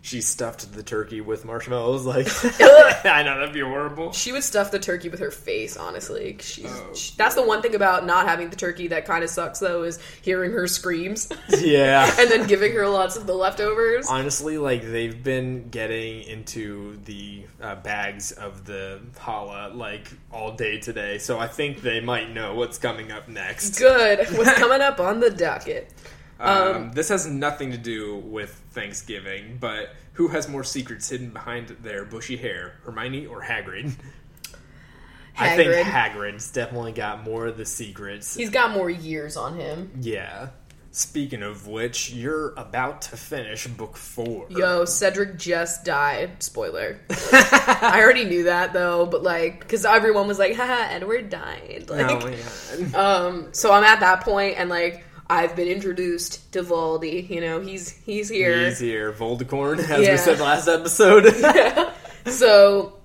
S3: She stuffed the turkey with marshmallows. Like I know that'd be horrible.
S2: She would stuff the turkey with her face, honestly. She's
S3: Oh,
S2: she- that's the one thing about not having the turkey that kind of sucks though is hearing her screams
S3: Yeah.
S2: and then giving her lots of the leftovers.
S3: honestly like they've been getting into the uh, bags of the hala like all day today so i think they might know what's coming up next
S2: Good. What's coming up on the docket?
S3: um, this has nothing to do with thanksgiving but who has more secrets hidden behind their bushy hair hermione or hagrid i think
S2: Hagrid.
S3: hagrid's definitely got more of the secrets
S2: He's got more years on him.
S3: yeah speaking of which you're about to finish book four
S2: Yo, Cedric just died. Spoiler. I already knew that though, but like, because everyone was like, haha, Edward died. Like,
S3: oh my god
S2: Um, so I'm at that point, and like I've been introduced to Valdi. You know, he's he's here.
S3: He's here. Voldecorn, as
S2: Yeah.
S3: we said last episode.
S2: So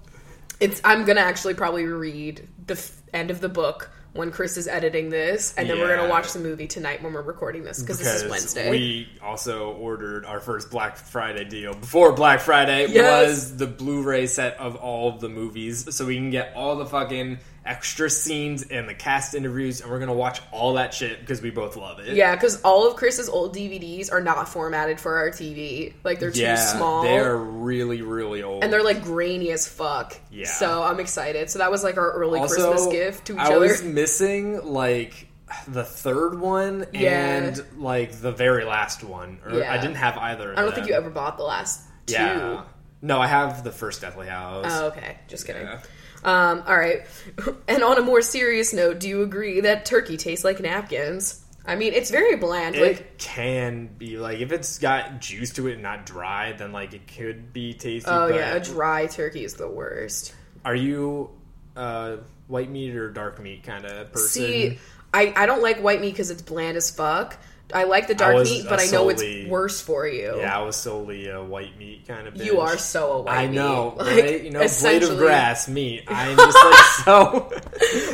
S2: it's I'm gonna actually probably read the f- end of the book when Chris is editing this, and then we're gonna
S3: Yeah.
S2: watch the movie tonight when we're recording this because this
S3: because
S2: is Wednesday.
S3: we also ordered our first Black Friday deal before Black Friday
S2: Yes.
S3: was the Blu-ray set of all of the movies, so we can get all the fucking extra scenes and the cast interviews, and we're gonna watch all that shit because we both love it.
S2: yeah, because all of Chris's old DVDs are not formatted for our TV. Like they're too
S3: Yeah,
S2: small.
S3: They are really, really old,
S2: and they're like grainy as fuck.
S3: Yeah.
S2: So I'm excited. So that was like our early
S3: also,
S2: Christmas gift to each
S3: I
S2: other.
S3: was missing like the third one
S2: Yeah.
S3: and like the very last one. Or
S2: Yeah.
S3: I didn't have either. Of
S2: I don't think
S3: them.
S2: you ever bought the last two.
S3: Yeah. No, I have the first Deathly House.
S2: Oh, okay. Just kidding.
S3: Yeah.
S2: Um, all right. And on a more serious note, do you agree that turkey tastes like napkins? I mean, it's very bland. like,
S3: it can be like if it's got juice to it and not dry, then like it could be tasty.
S2: oh
S3: but
S2: yeah, a dry turkey is the worst.
S3: are you uh, white meat or dark meat kind of person?
S2: See, I, I don't like white meat because it's bland as fuck. I like the dark
S3: was
S2: meat,
S3: a
S2: but I know
S3: solely-
S2: it's worse for you.
S3: yeah, I was solely a white meat kind of. Bitch.
S2: You are so a white
S3: I know,
S2: meat.
S3: right? You know, blade of
S2: essentially.
S3: grass meat. I'm just like so.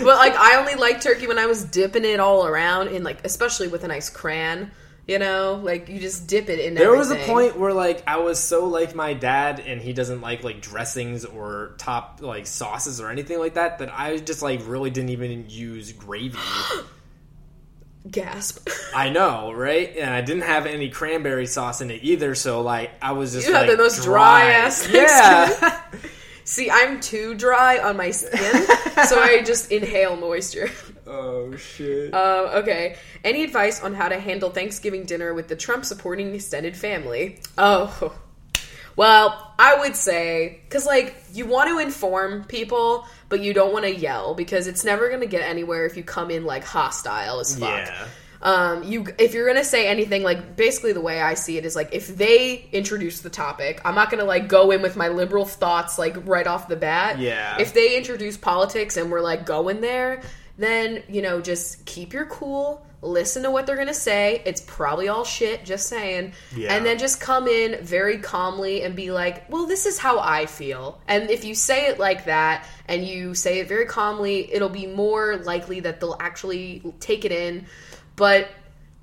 S2: But like, I only liked turkey when I was dipping it all around, and like, especially with a nice crayon. You know, like you just dip it in.
S3: There was a
S2: everything.
S3: point where like I was so like my dad and he doesn't like like dressings or top like sauces or anything like that that I just like really didn't even use gravy.
S2: gasp.
S3: I know, right? And I didn't have any cranberry sauce in it either, so like I was just
S2: You had the
S3: like,
S2: most dry-ass
S3: Yeah.
S2: See, I'm too dry on my skin, so I just inhale moisture.
S3: oh shit.
S2: Um, okay. Any advice on how to handle Thanksgiving dinner with the Trump supporting extended family? Oh. Well, I would say, because, like, you want to inform people, but you don't want to yell because it's never going to get anywhere if you come in, like, hostile as fuck.
S3: yeah.
S2: Um, you, if you're gonna say anything, like basically the way I see it is like if they introduce the topic, I'm not gonna like go in with my liberal thoughts like right off the bat.
S3: Yeah.
S2: If they introduce politics and we're like going there, then you know just keep your cool. Listen to what they're gonna say. It's probably all shit. Just saying.
S3: Yeah.
S2: And then just come in very calmly and be like, "Well, this is how I feel." And if you say it like that and you say it very calmly, it'll be more likely that they'll actually take it in. But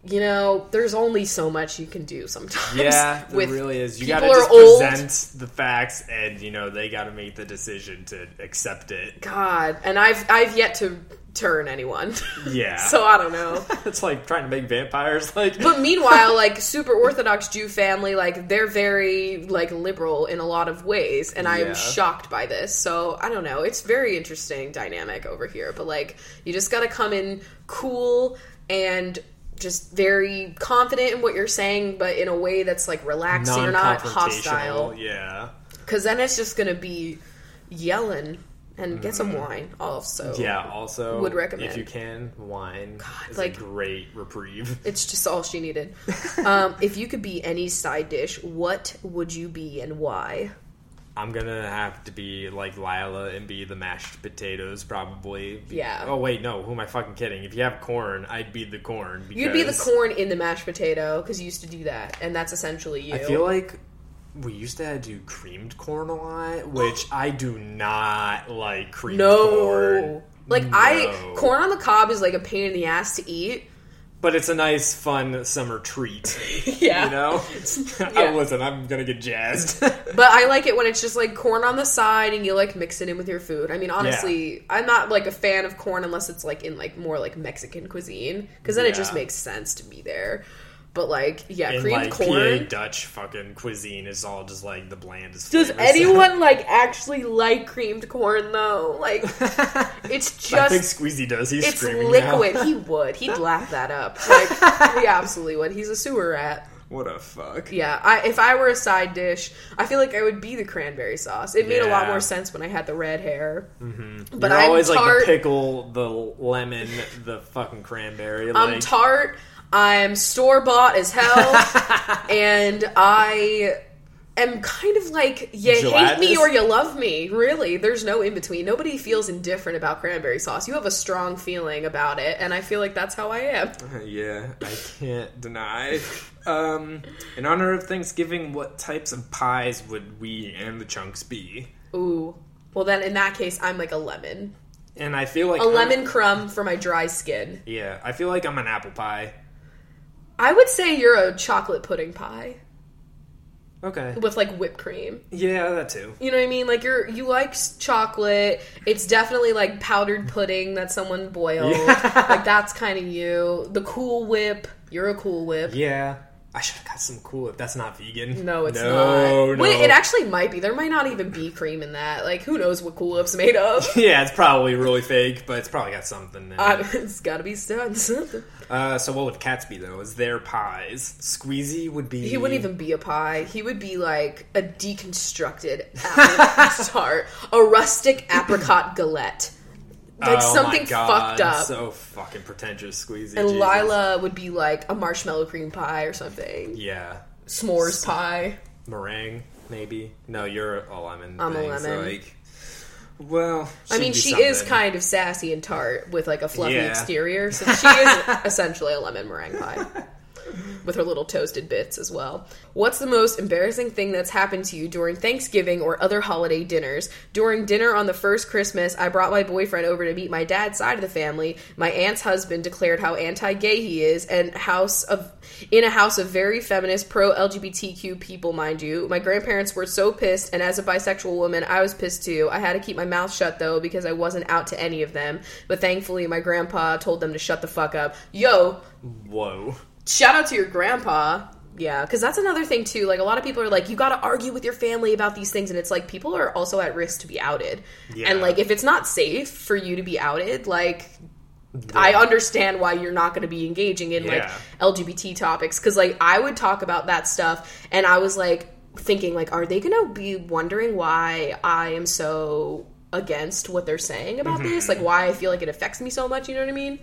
S2: you know, there's only so much you can do sometimes.
S3: Yeah, there
S2: with
S3: really is. You
S2: people
S3: gotta just
S2: are old.
S3: present the facts, and you know they gotta make the decision to accept it.
S2: God, and I've I've yet to turn anyone.
S3: Yeah,
S2: so I don't know.
S3: it's like trying to make vampires. Like,
S2: But meanwhile, like super Orthodox Jew family, like they're very like liberal in a lot of ways, and
S3: Yeah.
S2: I'm shocked by this. So I don't know. It's very interesting dynamic over here, but like you just gotta come in cool and just very confident in what you're saying, but in a way that's like relaxed. So you're not hostile,
S3: non-confrontational. Yeah,
S2: because then it's just gonna be yelling and get some wine also.
S3: Mm-hmm. yeah. Also,
S2: Would recommend.
S3: if you can wine is
S2: like-
S3: a great reprieve.
S2: It's just all she needed. um, if you could be any side dish, what would you be and why?
S3: I'm gonna have to be like Lila and be the mashed potatoes probably.
S2: Yeah.
S3: Oh wait, no. Who am I fucking kidding? If you have corn, I'd be the corn. Because
S2: You'd be the corn in the mashed potato because you used to do that, and that's essentially you.
S3: I feel like we used to do creamed corn a lot, which I do not like creamed
S2: no,
S3: corn.
S2: like I
S3: No.
S2: corn on the cob is like a pain in the ass to eat.
S3: But it's a nice, fun summer treat.
S2: Yeah,
S3: You know?
S2: Yeah.
S3: oh, listen, I'm gonna get jazzed.
S2: but I like it when it's just like corn on the side, and you like mix it in with your food. I mean, honestly, I'm not like a fan of corn unless it's like in like more like Mexican cuisine because then it just
S3: Yeah.
S2: makes sense to be there. But like, yeah,
S3: and
S2: creamed
S3: like
S2: corn.
S3: PA Dutch fucking cuisine is all just like the blandest.
S2: Does
S3: flavors.
S2: anyone like actually like creamed corn though? Like it's
S3: I think
S2: just
S3: Squeezy does. He's
S2: it's
S3: screaming
S2: liquid.
S3: now.
S2: He would. He'd laugh that up. Like he absolutely would. He's a sewer rat.
S3: What a fuck.
S2: Yeah. I if I were a side dish, I feel like I would be the cranberry sauce. It made a lot
S3: Yeah.
S2: more sense when I had the red hair. Mm-hmm. But
S3: You're
S2: I'm
S3: always like
S2: tart.
S3: the pickle, the lemon, the fucking cranberry.
S2: I'm
S3: like,
S2: tart. I'm store bought as hell, and I am kind of like you hate me
S3: Gelatinous?
S2: or you love me. Really, there's no in between. Nobody feels indifferent about cranberry sauce. You have a strong feeling about it, and I feel like that's how I am.
S3: yeah, I can't deny. Um, in honor of Thanksgiving, what types of pies would we and the chunks be?
S2: Ooh. Well, then in that case, I'm like a lemon,
S3: And I feel like
S2: a
S3: I'm-
S2: lemon crumb for my dry skin.
S3: yeah, I feel like I'm an apple pie.
S2: I would say you're a chocolate pudding pie
S3: Okay.
S2: with like whipped cream.
S3: Yeah, that too.
S2: You know what I mean? Like you're you like s- chocolate. It's definitely like powdered pudding that someone boiled.
S3: Yeah.
S2: Like that's kind of you. The Cool Whip. You're a Cool Whip.
S3: Yeah, I should have got some cool if that's not vegan.
S2: No, it's
S3: no,
S2: not.
S3: No,
S2: Wait, it actually might be. There might not even be cream in that. Like who knows what Cool Whip's made of?
S3: Yeah, it's probably really fake, but it's probably got something. In it.
S2: I- it's got to be done something.
S3: Uh, so what would cats be though? Is their pies? Squeezy would be.
S2: He wouldn't even be a pie. He would be like a deconstructed apple tart, a rustic apricot galette, like
S3: Oh my
S2: something
S3: God,
S2: fucked up.
S3: So fucking pretentious, Squeezy.
S2: And
S3: Jesus.
S2: Lila would be like a marshmallow cream pie or something.
S3: Yeah,
S2: S'mores pie.
S3: meringue maybe. No, you're a lemon.
S2: I'm a
S3: thing, so,
S2: lemon.
S3: like, well,
S2: I mean,
S3: she'd be
S2: she
S3: something.
S2: is kind of sassy and tart with like a fluffy
S3: Yeah.
S2: exterior, so she is essentially a lemon meringue pie with her little toasted bits as well. What's the most embarrassing thing that's happened to you during Thanksgiving or other holiday dinners? During dinner on the first Christmas, I brought my boyfriend over to meet my dad's side of the family. My aunt's husband declared how anti-gay he is and house of in a house of very feminist pro-LGBTQ people, mind you. My grandparents were so pissed and as a bisexual woman, I was pissed too. I had to keep my mouth shut though because I wasn't out to any of them. But thankfully, my grandpa told them to shut the fuck up. Yo,
S3: Whoa.
S2: shout out to your grandpa. Yeah, because that's another thing too. Like a lot of people are like, you got to argue with your family about these things, and it's like people are also at risk to be outed.
S3: Yeah.
S2: And like, if it's not safe for you to be outed, like. I understand why you're not going to be engaging in
S3: Yeah.
S2: like LGBT topics because like I would talk about that stuff and I was like thinking like are they going to be wondering why I am
S3: Mm-hmm.
S2: so against what they're saying about this like why I feel like it affects me so much you know what I mean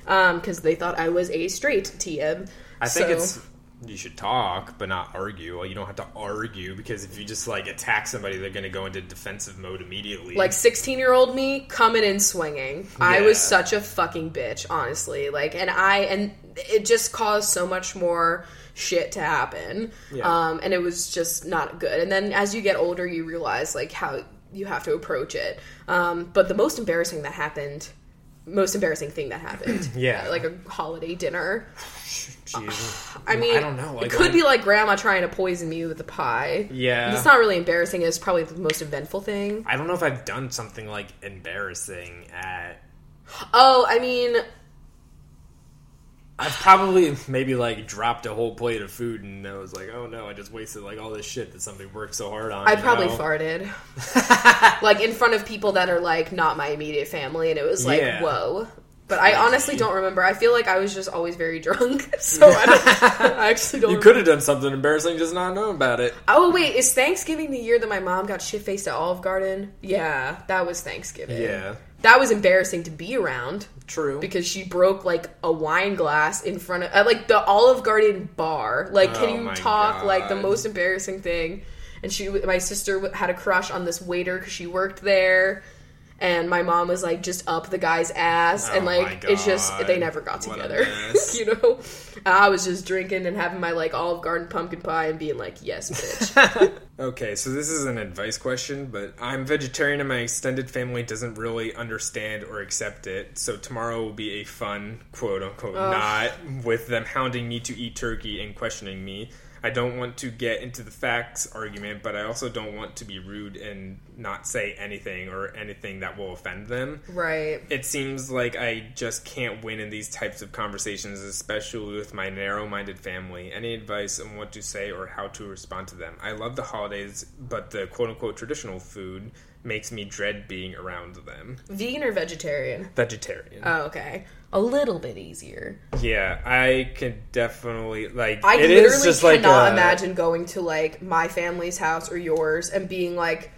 S2: because Um, they thought I was a straight TM.
S3: I think
S2: So-
S3: it's you should talk, but not argue. You don't have to argue because if you just like attack somebody, they're going to go into defensive mode immediately.
S2: like 16 year old me coming in swinging i
S3: Yeah.
S2: was such a fucking bitch honestly like and i and it just caused so much more shit to happen
S3: Yeah.
S2: um and it was just not good and then as you get older you realize like how you have to approach it um but the most embarrassing that happened most embarrassing thing that happened
S3: Yeah.
S2: like a holiday dinner
S3: Jeez.
S2: i mean
S3: I don't know.
S2: it
S3: Like,
S2: could
S3: I-
S2: be like grandma trying to poison me with a pie
S3: Yeah.
S2: it's not really embarrassing it's probably the most eventful thing
S3: I don't know if I've done something like embarrassing at.
S2: oh i mean
S3: I've probably maybe like dropped a whole plate of food and I was like, oh no, I just wasted like all this shit that somebody worked so hard on.
S2: I
S3: you
S2: probably
S3: know?
S2: farted. like in front of people that are like not my immediate family and it was like
S3: Yeah.
S2: whoa. But I honestly don't remember. I feel like I was just always very drunk. So I, don't, I actually don't
S3: You could have done something embarrassing, just not know about it.
S2: Oh wait, is Thanksgiving the year that my mom got shit faced at Olive Garden? Yeah, that was Thanksgiving.
S3: Yeah,
S2: That was embarrassing to be around
S3: true.
S2: because she broke like a wine glass in front of at, like the Olive Garden bar. Like,
S3: Oh
S2: can you
S3: my
S2: talk like the
S3: God.
S2: most embarrassing thing? And she, my sister, w- had a crush on this waiter because she worked there, and my mom was like just up the guy's ass, and
S3: Oh my
S2: like it's just
S3: God.
S2: they never got
S3: What a
S2: together.
S3: mess.
S2: you know, I was just drinking and having my like Olive Garden pumpkin pie and being like, yes, bitch.
S3: Okay, so this is an advice question, but I'm vegetarian and my extended family doesn't really understand or accept it. So tomorrow will be a fun, quote unquote, not with them hounding me to eat turkey and questioning me. I don't want to get into the facts argument, but I also don't want to be rude and not say anything or anything that will offend them
S2: right.
S3: it seems like I just can't win in these types of conversations, especially with my narrow minded family. Any advice on what to say or how to respond to them? I love the holidays, but the quote unquote traditional food makes me dread being around them.
S2: Vegan or vegetarian?
S3: Vegetarian.
S2: Oh, okay. A little bit easier.
S3: yeah, I can definitely, like,
S2: I
S3: it
S2: literally
S3: is just like.
S2: cannot
S3: a-
S2: imagine going to like my family's house or yours and being like,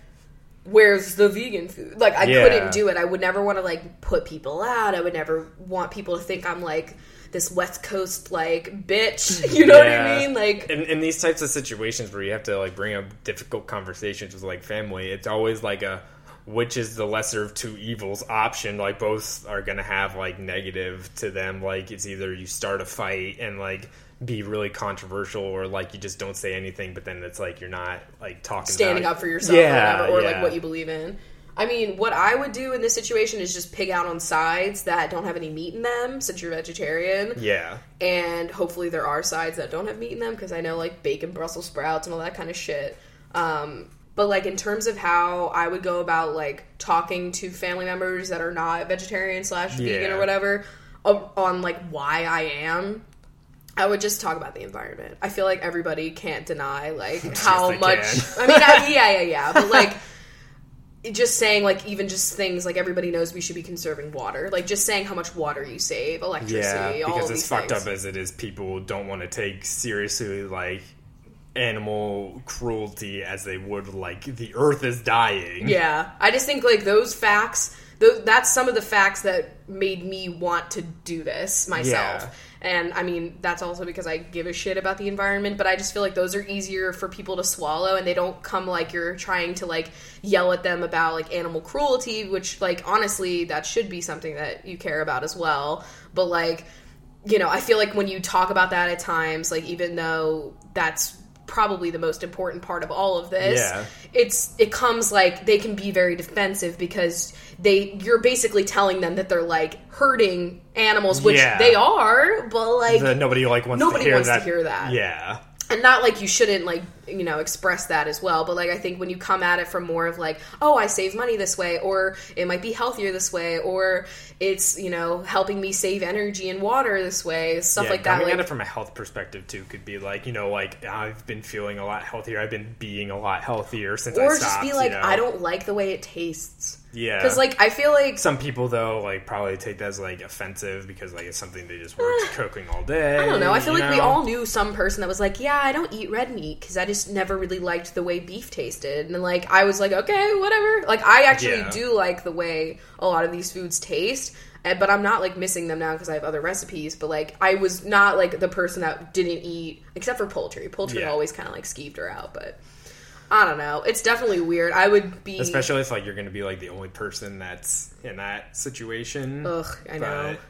S2: "Where's the vegan food?" Like I
S3: Yeah.
S2: couldn't do it. I would never want to like put people out. I would never want people to think I'm like this West Coast like bitch. You know what I
S3: Yeah.
S2: mean? Like
S3: in, in these types of situations where you have to like bring up difficult conversations with like family, it's always like a which is the lesser of two evils option. Like both are gonna have like negative to them. Like it's either you start a fight and like be really controversial, or like you just don't say anything, but then it's like you're not like talking
S2: standing
S3: about
S2: up for yourself
S3: Yeah,
S2: or whatever, or like
S3: yeah.
S2: what you believe in. I mean, what I would do in this situation is just pig out on sides that don't have any meat in them, since you're vegetarian.
S3: Yeah,
S2: and hopefully there are sides that don't have meat in them because I know like bacon, Brussels sprouts, and all that kind of shit. Um, but like in terms of how I would go about like talking to family members that are not vegetarian slash vegan
S3: Yeah.
S2: or whatever o- on like why I am. I would just talk about the environment. I feel like everybody can't deny like how
S3: they
S2: much.
S3: can.
S2: I mean, I, yeah, yeah, yeah, but like just saying like even just things like everybody knows we should be conserving water. Like just saying how much water you save,
S3: yeah,
S2: electricity, all
S3: because
S2: of
S3: as
S2: these
S3: fucked
S2: things.
S3: up as it is, people don't want to take seriously like animal cruelty as they would like the earth is dying.
S2: Yeah, I just think like those facts. Those, that's some of the facts that made me want to do this myself.
S3: Yeah.
S2: And I mean, that's also because I give a shit about the environment, but I just feel like those are easier for people to swallow and they don't come like you're trying to like yell at them about like animal cruelty, which like honestly, that should be something that you care about as well. But like, you know, I feel like when you talk about that at times, like even though that's probably the most important part of all of this,
S3: Yeah.
S2: it's it comes like they can be very defensive because they you're basically telling them that they're like hurting animals, which
S3: Yeah.
S2: they are, but like
S3: that nobody like wants
S2: Nobody
S3: to hear
S2: wants to
S3: that.
S2: hear that.
S3: Yeah.
S2: and not like you shouldn't like you know express that as well but like i think when you come at it from more of like oh i save money this way or it might be healthier this way or it's you know helping me save energy and water this way stuff
S3: yeah,
S2: like that
S3: coming
S2: like
S3: at it from a health perspective too could be like you know like I've been feeling a lot healthier. I've been being a lot healthier since I
S2: or
S3: stopped.
S2: just be
S3: you
S2: like
S3: know?
S2: i don't like the way it tastes
S3: Yeah,
S2: because like i feel like
S3: some people though like probably take that as like offensive because like it's something they just worked cooking all day.
S2: Eh. I don't know. I feel
S3: you
S2: like we
S3: know?
S2: all knew some person that was like, "Yeah, I don't eat red meat because I just never really liked the way beef tasted." And like, I was like, "Okay, whatever." Like, I actually
S3: Yeah.
S2: do like the way a lot of these foods taste, Eh, But I'm not like missing them now because I have other recipes. But like, I was not like the person that didn't eat except for poultry. Poultry
S3: Yeah.
S2: always kind of like skeeved her out, but I don't know. It's definitely weird. I would be
S3: Especially if like you're gonna be like the only person that's in that situation.
S2: Ugh, I know.
S3: But-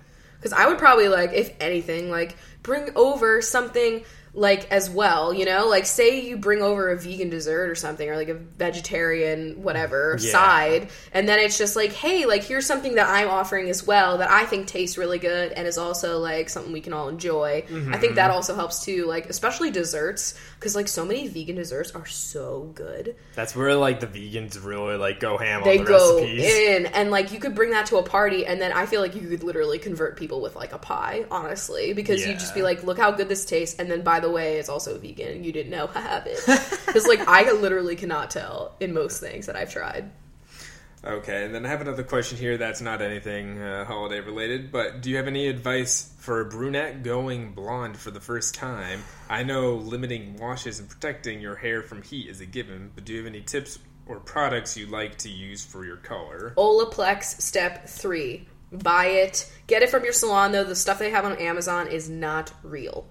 S2: Because I would probably like, if anything, like bring over something like as well. You know, like say you bring over a vegan dessert or something, or like a vegetarian whatever
S3: Yeah.
S2: side, and then it's just like, hey, like here's something that I'm offering as well that I think tastes really good and is also like something we can all enjoy. I think that also helps too, like especially desserts, because like so many vegan desserts are so good.
S3: That's where like the vegans really like go ham
S2: they
S3: on the
S2: go
S3: recipes.
S2: in and like you could bring that to a party and then i feel like you could literally convert people with like a pie honestly because you'd just be
S3: Yeah.
S2: like look how good this tastes and then by the way it's also vegan you didn't know i have it because like i literally cannot tell in most things that i've tried
S3: Okay, and then I have another question here that's not anything uh, holiday related, but do you have any advice for a brunette going blonde for the first time? I know limiting washes and protecting your hair from heat is a given, but do you have any tips or products you like to use for your color?
S2: olaplex step three buy it get it from your salon though the stuff they have on amazon is not real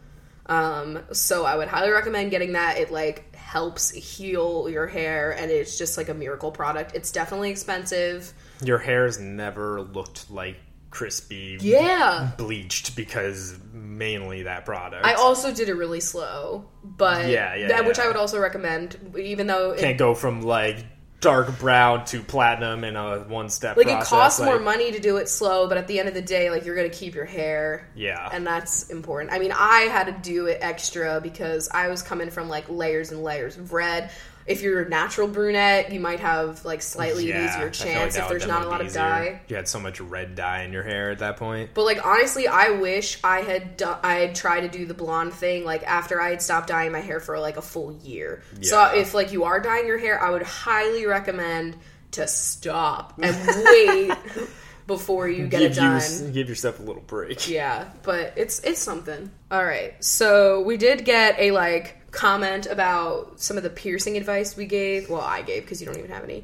S2: um, so i would highly recommend getting that it like helps heal your hair and it's just like a miracle product it's definitely expensive
S3: Your hair's never looked like crispy,
S2: Yeah.
S3: bleached because mainly that product.
S2: I also did it really slow, but
S3: Yeah, yeah,
S2: that- which
S3: yeah.
S2: I would also recommend, even though it,
S3: can't go from like dark brown to platinum in a one step.
S2: like it costs more money to do it slow, but at the end of the day, like you're gonna keep your hair,
S3: Yeah.
S2: and that's important. I mean, I had to do it extra because I was coming from like layers and layers of red. If you're a natural brunette, you might have like slightly
S3: Yeah, I feel
S2: easier
S3: like
S2: chance
S3: that
S2: if
S3: would
S2: there's not a
S3: definitely
S2: lot
S3: be
S2: of
S3: easier.
S2: dye.
S3: You had so much red dye in your hair at that point.
S2: But like honestly, I wish I had done, I had tried to do the blonde thing like after I had stopped dyeing my hair for like a full year.
S3: Yeah.
S2: So if like you are dyeing your hair, I would highly recommend to stop and wait before you get it
S3: give,
S2: done.
S3: your- give yourself a little break.
S2: Yeah, but it's it's something. All right. So we did get a like comment about some of the piercing advice we gave. Well, I gave because you don't even have any.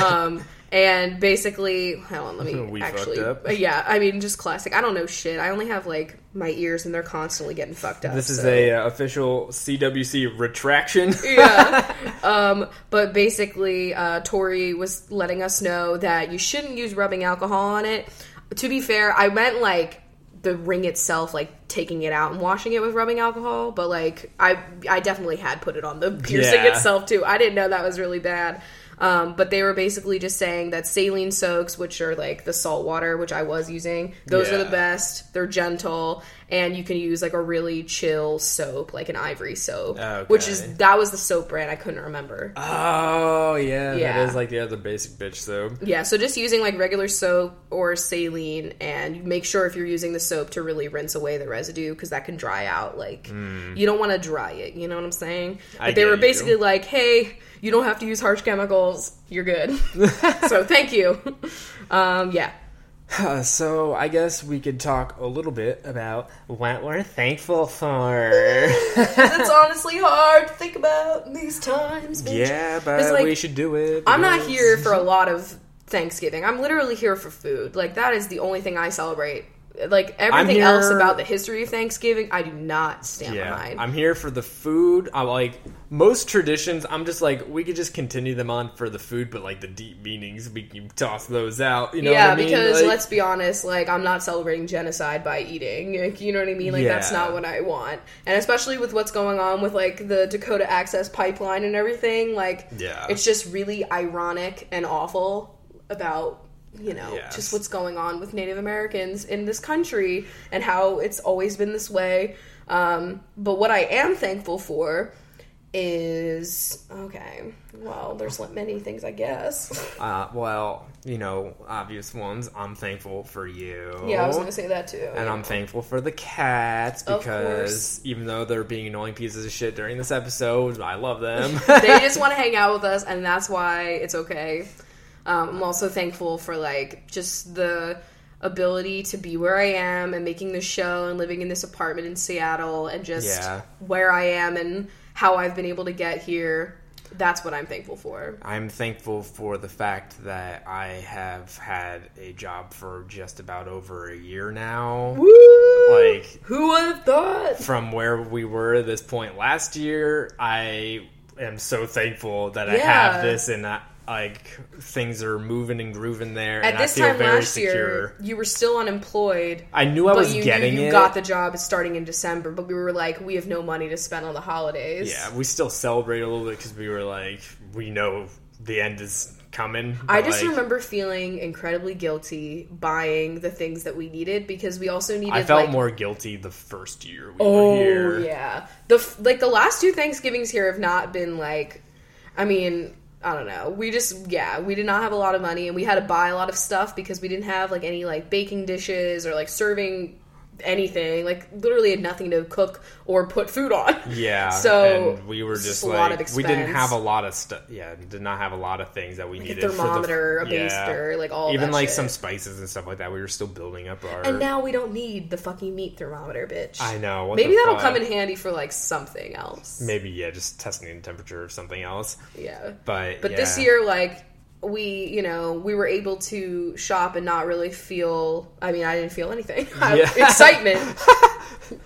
S2: um, and basically, hold on, let me
S3: We
S2: actually.
S3: fucked up.
S2: Yeah, I mean, just classic. I don't know shit. I only have like my ears, and they're constantly getting fucked up.
S3: This is
S2: so-
S3: a uh, official CWC retraction.
S2: yeah. Um, but basically, uh, Tori was letting us know that you shouldn't use rubbing alcohol on it. To be fair, I meant like the ring itself, like taking it out and washing it with rubbing alcohol. But like, I I definitely had put it on the piercing
S3: Yeah.
S2: itself too. I didn't know that was really bad. Um, but they were basically just saying that saline soaks, which are like the salt water, which I was using, those are the
S3: Yeah.
S2: best. They're gentle, and you can use like a really chill soap, like an ivory soap, which is
S3: Oh, Okay.
S2: that was the soap brand. I couldn't remember.
S3: oh yeah,
S2: Yeah.
S3: that is like the other basic bitch soap.
S2: Yeah, so just using like regular soap or saline, and make sure if you're using the soap to really rinse away the residue because that can dry out. Like you don't want to dry it. You know what I'm saying?
S3: Hmm. I
S2: But they
S3: get
S2: were
S3: you.
S2: basically like, "Hey, you don't have to use harsh chemicals. You're good." so thank you. Um, yeah.
S3: Uh, so I guess we could talk a little bit about what we're thankful for.
S2: It's honestly hard to think about in these times. bitch.
S3: yeah,
S2: 'Cause,
S3: but
S2: like,
S3: we should do it.
S2: I'm not
S3: because-
S2: here for a lot of Thanksgiving. I'm literally here for food. Like that is the only thing I celebrate. Like everything
S3: here-
S2: else about the history of Thanksgiving, I do not stand behind.
S3: I'm here for the food. I like most traditions. I'm just like we could just continue them on for the food, but like the deep meanings, we can toss those out. You know,
S2: yeah,
S3: what I mean?
S2: because
S3: Like,
S2: let's be honest, like I'm not celebrating genocide by eating. Like, you know what I mean? Like that's
S3: Yeah.
S2: not what I want. And especially with what's going on with like the Dakota Access pipeline and everything, like
S3: Yeah.
S2: it's just really ironic and awful about you know
S3: Yes.
S2: just what's going on with Native Americans in this country and how it's always been this way. Um, but what I am thankful for is okay. Well, there's many things I guess.
S3: uh, well, you know, obvious ones. I'm thankful for you.
S2: yeah, I was gonna say that too.
S3: And I'm thankful for the cats
S2: Of
S3: because
S2: course.
S3: even though they're being annoying pieces of shit during this episode, I love them.
S2: they just want to hang out with us, and that's why it's okay. Um, I'm also thankful for like just the ability to be where I am and making the show and living in this apartment in Seattle and just
S3: Yeah.
S2: where I am and how I've been able to get here. That's what I'm thankful for.
S3: I'm thankful for the fact that I have had a job for just about over a year now. Like
S2: Who would have thought?
S3: from where we were at this point last year, I am so thankful that I
S2: Yeah.
S3: have this and I, like things are moving and grooving there
S2: At
S3: and
S2: this
S3: I feel
S2: time
S3: very
S2: last
S3: secure.
S2: year, you were still unemployed.
S3: I knew I
S2: but
S3: was
S2: you
S3: getting
S2: knew you
S3: it.
S2: got the job starting in December, but we were like, we have no money to spend on the holidays.
S3: yeah, we still celebrate a little bit because we were like, we know the end is coming.
S2: I
S3: but,
S2: just
S3: like,
S2: remember feeling incredibly guilty buying the things that we needed because we also needed.
S3: I felt
S2: like,
S3: more guilty the first year we
S2: Oh
S3: were here.
S2: yeah, the f- like the last two Thanksgivings here have not been like, I mean. I don't know. We just yeah, we did not have a lot of money and we had to buy a lot of stuff because we didn't have like any like baking dishes or like serving anything. Like literally had nothing to cook or put food on.
S3: Yeah.
S2: So,
S3: and we were
S2: it's
S3: just
S2: a
S3: like
S2: lot of
S3: we didn't
S2: expense.
S3: have a lot of stuff. Yeah, did not have a lot of things that we
S2: a
S3: needed.
S2: thermometer,
S3: for the,
S2: a baster, like, all
S3: even
S2: that
S3: like
S2: shit.
S3: some spices and stuff like that. We were still building up our.
S2: And now we don't need the fucking meat thermometer, bitch.
S3: I know. what
S2: Maybe
S3: the
S2: that'll
S3: fuck?
S2: come in handy for like something else.
S3: Maybe yeah, just testing the temperature of something else.
S2: Yeah.
S3: But
S2: But this
S3: yeah.
S2: year, like we, you know, we were able to shop and not really feel. I mean, I didn't feel anything. I-
S3: Yeah.
S2: Excitement.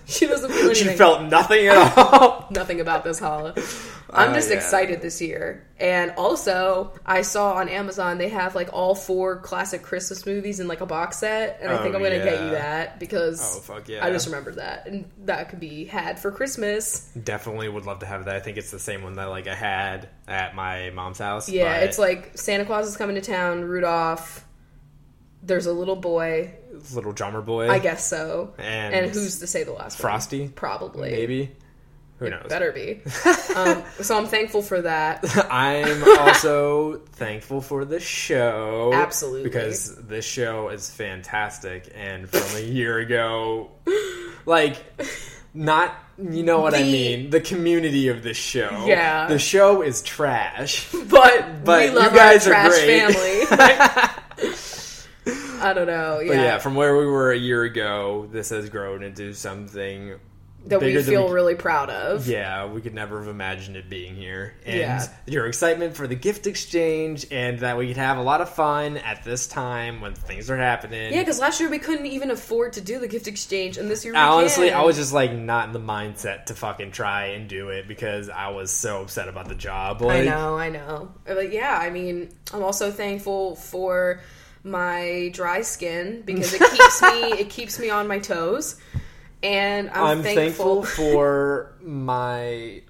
S2: she doesn't feel
S3: she
S2: anything.
S3: felt nothing at all.
S2: nothing about this holla. I'm
S3: Uh,
S2: just
S3: yeah.
S2: excited this year. And also, I saw on Amazon they have like all four classic Christmas movies in like a box set, and I think
S3: Oh,
S2: I'm gonna get
S3: yeah.
S2: you that because
S3: Oh, fuck yeah.
S2: I just remembered that, and that could be had for Christmas.
S3: Definitely would love to have that. I think it's the same one that like I had at my mom's house.
S2: Yeah,
S3: but
S2: it's like Santa Claus is coming to town. Rudolph. There's a little boy.
S3: little drummer boy.
S2: I guess so.
S3: And-
S2: and who's to say the last one?
S3: Frosty?
S2: Probably.
S3: maybe. Who knows?
S2: Better be. um, so I'm thankful for that.
S3: I'm also thankful for this show.
S2: Absolutely.
S3: Because this show is fantastic and from a year ago like not you know what I
S2: The-
S3: mean, the community of this show.
S2: Yeah.
S3: The show is trash.
S2: But,
S3: But
S2: we
S3: you
S2: love
S3: guys
S2: our
S3: are
S2: trash
S3: great.
S2: family. I don't know. Yeah,
S3: But yeah, from where we were a year ago, this has grown into something
S2: that we
S3: bigger than
S2: feel
S3: we-
S2: really proud of.
S3: Yeah, we could never have imagined it being here. And
S2: Yeah.
S3: your excitement for the gift exchange and that we could have a lot of fun at this time when things are happening.
S2: Yeah, because last year we couldn't even afford to do the gift exchange, and this year we
S3: Honestly,
S2: can.
S3: I was just like not in the mindset to fucking try and do it because I was so upset about the job. Like,
S2: I know, I know. But yeah, I mean, I'm also thankful for my dry skin because it keeps me it keeps me on my toes, and I'm,
S3: I'm, thankful. for my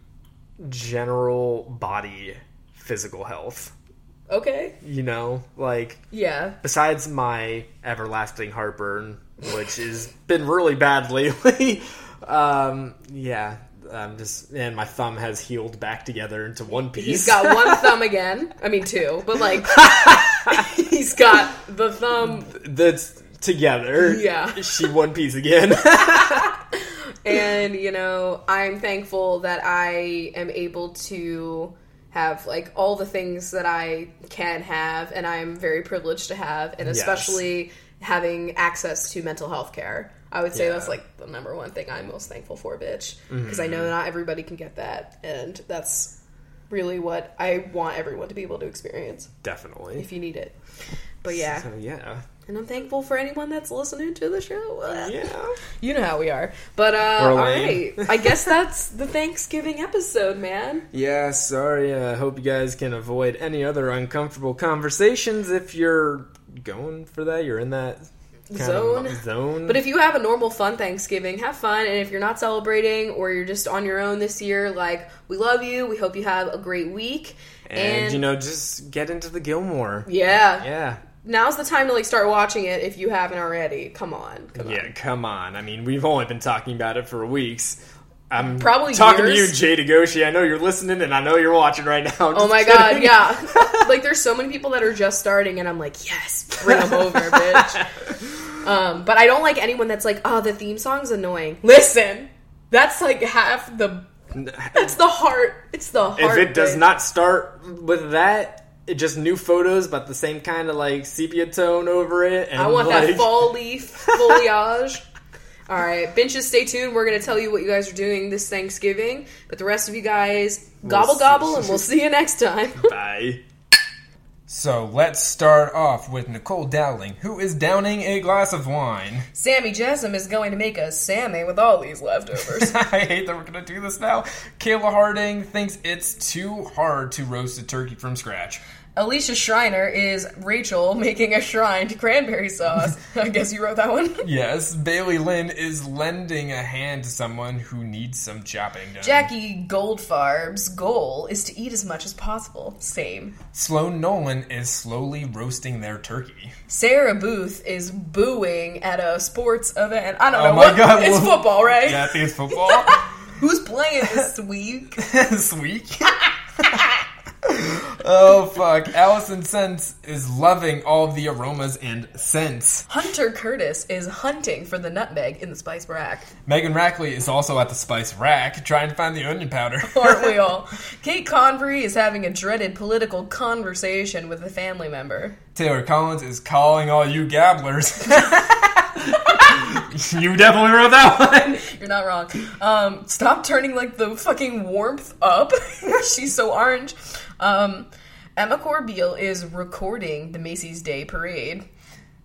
S3: general body physical health.
S2: okay,
S3: You know, like
S2: yeah,
S3: besides my everlasting heartburn, which has been really bad lately. um, yeah, I'm just and my thumb has healed back together into one piece.
S2: he's got one thumb again. I mean, two, but like he's got the thumb
S3: that's together.
S2: Yeah.
S3: she one piece again.
S2: and you know i'm thankful that i am able to have like all the things that i can have and i'm very privileged to have and especially having access to mental health care i would say
S3: Yeah. Mm-hmm.
S2: that's like the number one thing i'm most thankful for bitch because i know not everybody can get that and that's really what i want everyone to be able to experience
S3: Definitely.
S2: if you need it but yeah
S3: So, Oh, yeah.
S2: and i'm thankful for anyone that's listening to the show
S3: Yeah.
S2: you know how we are. But uh
S3: We're
S2: all right.
S3: lame.
S2: I guess that's the Thanksgiving episode, man.
S3: Yeah, sorry. Uh, I hope you guys can avoid any other uncomfortable conversations if you're going for that. You're in that kind of
S2: Zone.
S3: zone.
S2: But if you have a normal fun Thanksgiving, have fun. And if you're not celebrating or you're just on your own this year, like we love you. We hope you have a great week.
S3: and, you know, just get into the Gilmore.
S2: yeah.
S3: Yeah.
S2: Now's the time to like start watching it if you haven't already. Come on. Come on.
S3: Yeah, come on. I mean, we've only been talking about it for weeks. I'm
S2: Probably
S3: Mm-hmm. talking
S2: Oh, years.
S3: to you, Jay DeGoshi. I know you're listening, and I know you're watching right now.
S2: Oh my god, yeah. like there's so many people that are just starting and I'm like, "Yes, bring them over, bitch." Um, but I don't like anyone that's like, "Oh, the theme song's annoying." Listen. That's like half the
S3: yeah.
S2: It's the heart. It's the heart.
S3: if it does
S2: bitch.
S3: not start with that, it just new photos, but the same kind of like sepia tone over it. And
S2: I want
S3: like,
S2: that fall leaf foliage. All right, benches, stay tuned. We're going to tell you what you guys are doing this Thanksgiving. But the rest of you guys, gobble
S4: see.
S2: gobble, and we'll see you next time.
S4: Bye.
S3: So let's start off with Nicole Dowling, who is downing a glass of wine.
S2: Sammy Jessam is going to make a salmon with all these leftovers.
S3: I hate that we're gonna do this now. Kayla Harding thinks it's too hard to roast a turkey from scratch.
S2: Alicia Schreiner is Rachel making a shrine to cranberry sauce. I guess you wrote that one.
S3: Yes, Bailey Lynn is lending a hand to someone who needs some chopping done.
S2: Jackie Goldfarb's goal is to eat as much as possible. Same.
S3: Sloan Nolan is slowly roasting their turkey.
S2: Sarah Booth is booing at a sports event. I don't
S3: Oh
S2: know
S3: my
S2: what.
S3: God,
S2: It's
S3: well-
S2: football, right?
S3: Yeah, I think it's football
S2: Who's playing this week?
S3: this week. oh fuck! Allison Sense is loving all the aromas and scents.
S2: Hunter Curtis is hunting for the nutmeg in the spice rack.
S3: Megan Rackley is also at the spice rack trying to find the onion powder.
S2: Aren't we all? Kate Convery is having a dreaded political conversation with a family member.
S3: Taylor Collins is calling all you gabblers. you definitely wrote that one.
S2: You're not wrong. Um, stop turning like the fucking warmth up. She's so orange. Um, Emma Corbeil is recording the Macy's Day Parade.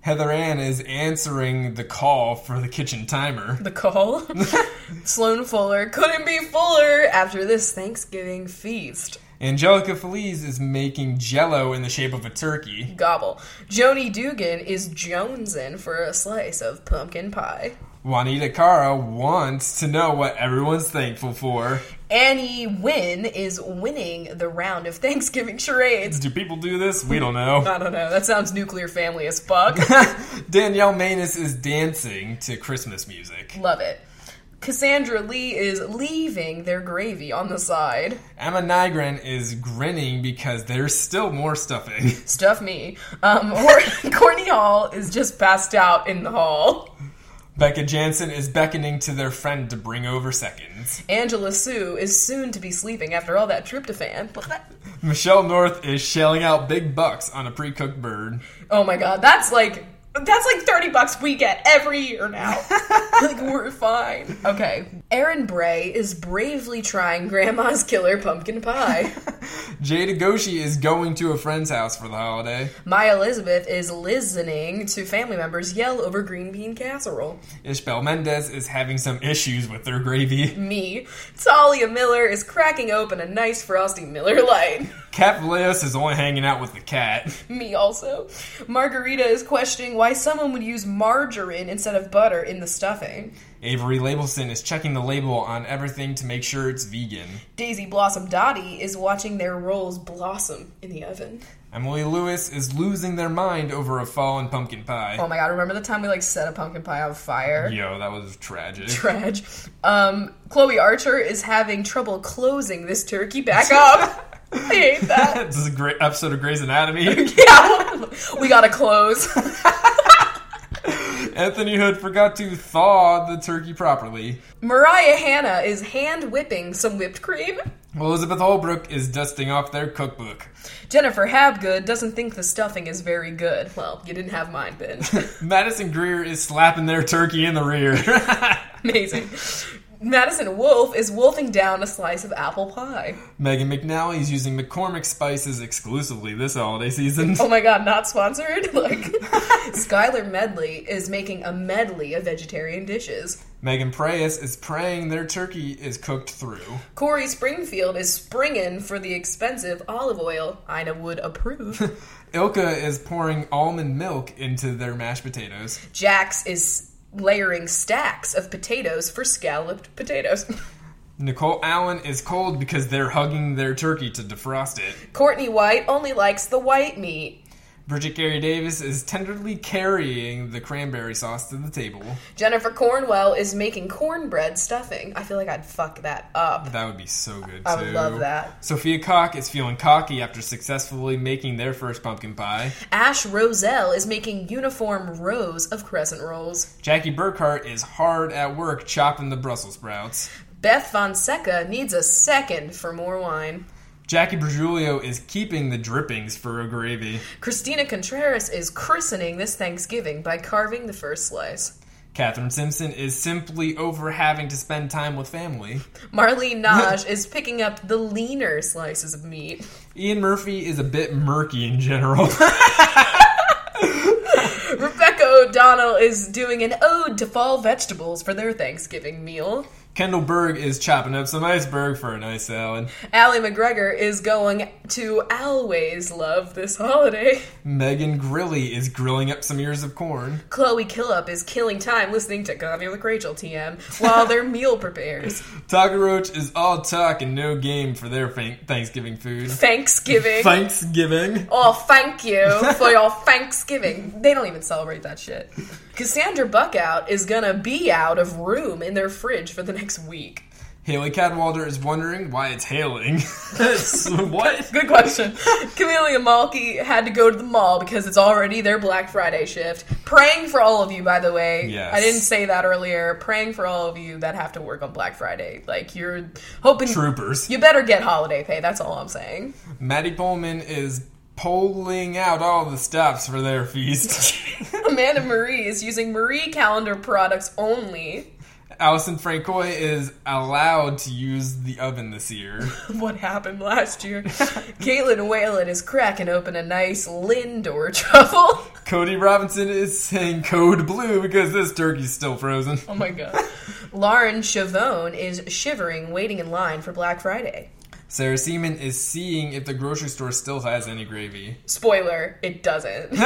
S3: Heather Ann is answering the call for the kitchen timer.
S2: The call. Sloan Fuller couldn't be fuller after this Thanksgiving feast.
S3: Angelica Feliz is making jello in the shape of a turkey.
S2: Gobble. Joni Dugan is jonesing for a slice of pumpkin pie.
S3: Juanita Cara wants to know what everyone's thankful for.
S2: Annie Wynn is winning the round of Thanksgiving charades.
S3: Do people do this? We don't know.
S2: I don't know. That sounds nuclear family as fuck.
S3: Danielle Manus is dancing to Christmas music.
S2: Love it. Cassandra Lee is leaving their gravy on the side.
S3: Emma Nigren is grinning because there's still more stuffing.
S2: Stuff me. Um, or Courtney Hall is just passed out in the hall.
S3: Becca Jansen is beckoning to their friend to bring over seconds.
S2: Angela Sue is soon to be sleeping after all that tryptophan.
S3: Michelle North is shelling out big bucks on a pre cooked bird.
S2: Oh my god, that's like that's like 30 bucks we get every year now. like we're fine. Okay. Erin Bray is bravely trying grandma's killer pumpkin pie.
S3: Jada Goshi is going to a friend's house for the holiday.
S2: My Elizabeth is listening to family members yell over green bean casserole.
S3: Ishbel Mendez is having some issues with their gravy.
S2: Me, Talia Miller is cracking open a nice frosty Miller Lite.
S3: Kat Valeos is only hanging out with the cat.
S2: Me also. Margarita is questioning why someone would use margarine instead of butter in the stuffing.
S3: Avery Labelson is checking the label on everything to make sure it's vegan.
S2: Daisy Blossom Dottie is watching their rolls blossom in the oven.
S3: Emily Lewis is losing their mind over a fallen pumpkin pie.
S2: Oh my god, remember the time we like set a pumpkin pie on fire?
S3: Yo, that was tragic.
S2: Trash. Um, Chloe Archer is having trouble closing this turkey back up. I hate that.
S3: this is a great episode of Grey's Anatomy.
S2: Yeah, we gotta close.
S3: Anthony Hood forgot to thaw the turkey properly.
S2: Mariah Hanna is hand whipping some whipped cream.
S3: Elizabeth Holbrook is dusting off their cookbook.
S2: Jennifer Habgood doesn't think the stuffing is very good. Well, you didn't have mine, Ben.
S3: Madison Greer is slapping their turkey in the rear.
S2: Amazing. Madison Wolf is wolfing down a slice of apple pie.
S3: Megan McNally is using McCormick spices exclusively this holiday season.
S2: Oh my god, not sponsored? Like, Skylar Medley is making a medley of vegetarian dishes.
S3: Megan Preyes is praying their turkey is cooked through.
S2: Corey Springfield is springing for the expensive olive oil. Ina would approve.
S3: Ilka is pouring almond milk into their mashed potatoes.
S2: Jax is layering stacks of potatoes for scalloped potatoes.
S3: Nicole Allen is cold because they're hugging their turkey to defrost it.
S2: Courtney White only likes the white meat.
S3: Bridget Gary Davis is tenderly carrying the cranberry sauce to the table.
S2: Jennifer Cornwell is making cornbread stuffing. I feel like I'd fuck that up.
S3: That would be so good too.
S2: I would love that.
S3: Sophia Cock is feeling cocky after successfully making their first pumpkin pie.
S2: Ash Roselle is making uniform rows of crescent rolls.
S3: Jackie Burkhart is hard at work chopping the Brussels sprouts.
S2: Beth Fonseca needs a second for more wine.
S3: Jackie Bergiulio is keeping the drippings for a gravy.
S2: Christina Contreras is christening this Thanksgiving by carving the first slice.
S3: Catherine Simpson is simply over having to spend time with family.
S2: Marlene Nosh is picking up the leaner slices of meat.
S3: Ian Murphy is a bit murky in general.
S2: Rebecca O'Donnell is doing an ode to fall vegetables for their Thanksgiving meal.
S3: Kendall Berg is chopping up some iceberg for a nice salad.
S2: Allie McGregor is going to always love this holiday.
S3: Megan Grilly is grilling up some ears of corn.
S2: Chloe Killup is killing time listening to Coffee with Rachel TM while their meal prepares.
S3: Taka Roach is all talk and no game for their fa- Thanksgiving food.
S2: Thanksgiving.
S3: Thanksgiving.
S2: Oh, thank you for your Thanksgiving. They don't even celebrate that shit. Cassandra Buckout is gonna be out of room in their fridge for the next week.
S3: Haley Cadwalder is wondering why it's hailing. It's- what?
S2: Good question. Camelia Malky had to go to the mall because it's already their Black Friday shift. Praying for all of you, by the way.
S3: Yes.
S2: I didn't say that earlier. Praying for all of you that have to work on Black Friday. Like, you're hoping.
S3: Troopers.
S2: You better get holiday pay. That's all I'm saying.
S3: Maddie Pullman is polling out all the stops for their feast.
S2: Amanda Marie is using Marie calendar products only.
S3: Allison Francois is allowed to use the oven this year.
S2: What happened last year? Caitlin Whalen is cracking open a nice Lindor truffle.
S3: Cody Robinson is saying code blue because this turkey's still frozen.
S2: Oh my god. Lauren Chavone is shivering, waiting in line for Black Friday.
S3: Sarah Seaman is seeing if the grocery store still has any gravy.
S2: Spoiler, it doesn't.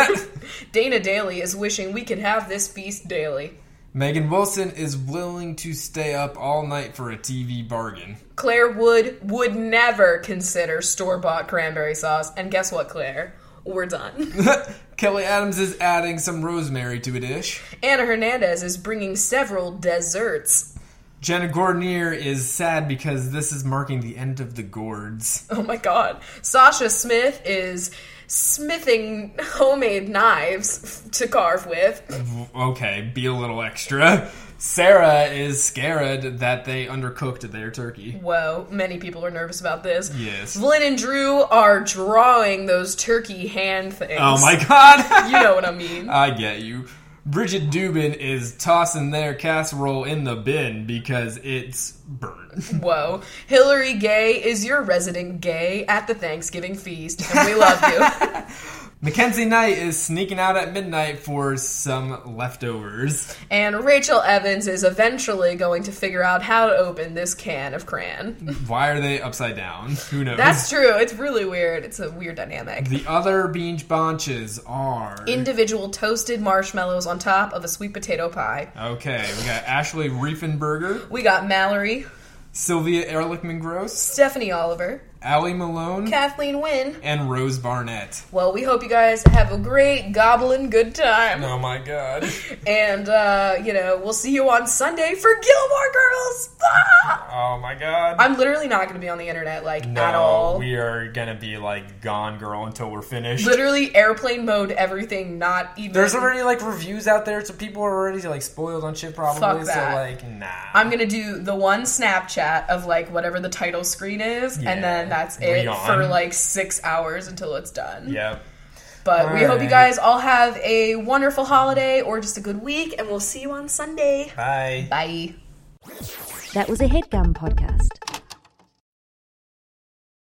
S2: Dana Daly is wishing we could have this feast daily.
S3: Megan Wilson is willing to stay up all night for a TV bargain.
S2: Claire Wood would never consider store bought cranberry sauce. And guess what, Claire? We're done.
S3: Kelly Adams is adding some rosemary to a dish.
S2: Anna Hernandez is bringing several desserts.
S3: Jenna Gordnier is sad because this is marking the end of the gourds.
S2: Oh my god. Sasha Smith is smithing homemade knives to carve with.
S3: Okay, be a little extra. Sarah is scared that they undercooked their turkey.
S2: Whoa, many people are nervous about this.
S3: Yes.
S2: Flynn and Drew are drawing those turkey hand things.
S3: Oh my god!
S2: You know what I mean.
S3: I get you. Bridget Dubin is tossing their casserole in the bin because it's burnt.
S2: Whoa. Hillary Gay is your resident gay at the Thanksgiving feast, and we love you.
S3: Mackenzie Knight is sneaking out at midnight for some leftovers.
S2: and Rachel Evans is eventually going to figure out how to open this can of crayon.
S3: Why are they upside down? Who knows?
S2: That's true. It's really weird. It's a weird dynamic.
S3: the other bean bunches are
S2: Individual toasted marshmallows on top of a sweet potato pie.
S3: okay. We got Ashley Riefenberger,
S2: We got Mallory,
S3: Sylvia Ehrlichman Gross,
S2: Stephanie Oliver,
S3: Allie Malone,
S2: Kathleen Wynn.
S3: and Rose Barnett.
S2: Well, we hope you guys have a great goblin good time.
S3: Oh my god!
S2: And, uh, you know, we'll see you on Sunday for Gilmore Girls! Ah!
S3: Oh my god!
S2: I'm literally not going to be on the internet like
S3: no,
S2: at all.
S3: we are gonna be like gone, girl, until we're finished.
S2: literally airplane mode everything, not even.
S3: There's already like reviews out there, so people are already like spoiled on shit probably.
S2: Fuck that.
S3: So like, nah.
S2: I'm gonna do the one Snapchat of like whatever the title screen is,
S3: Yeah.
S2: and then that's
S3: Are
S2: it
S3: we on?
S2: for like six hours until it's done.
S3: Yep.
S2: But we hope you
S3: Alright.
S2: guys all have a wonderful holiday or just a good week, and we'll see you on Sunday.
S3: Bye.
S2: Bye.
S1: That was a headgum podcast.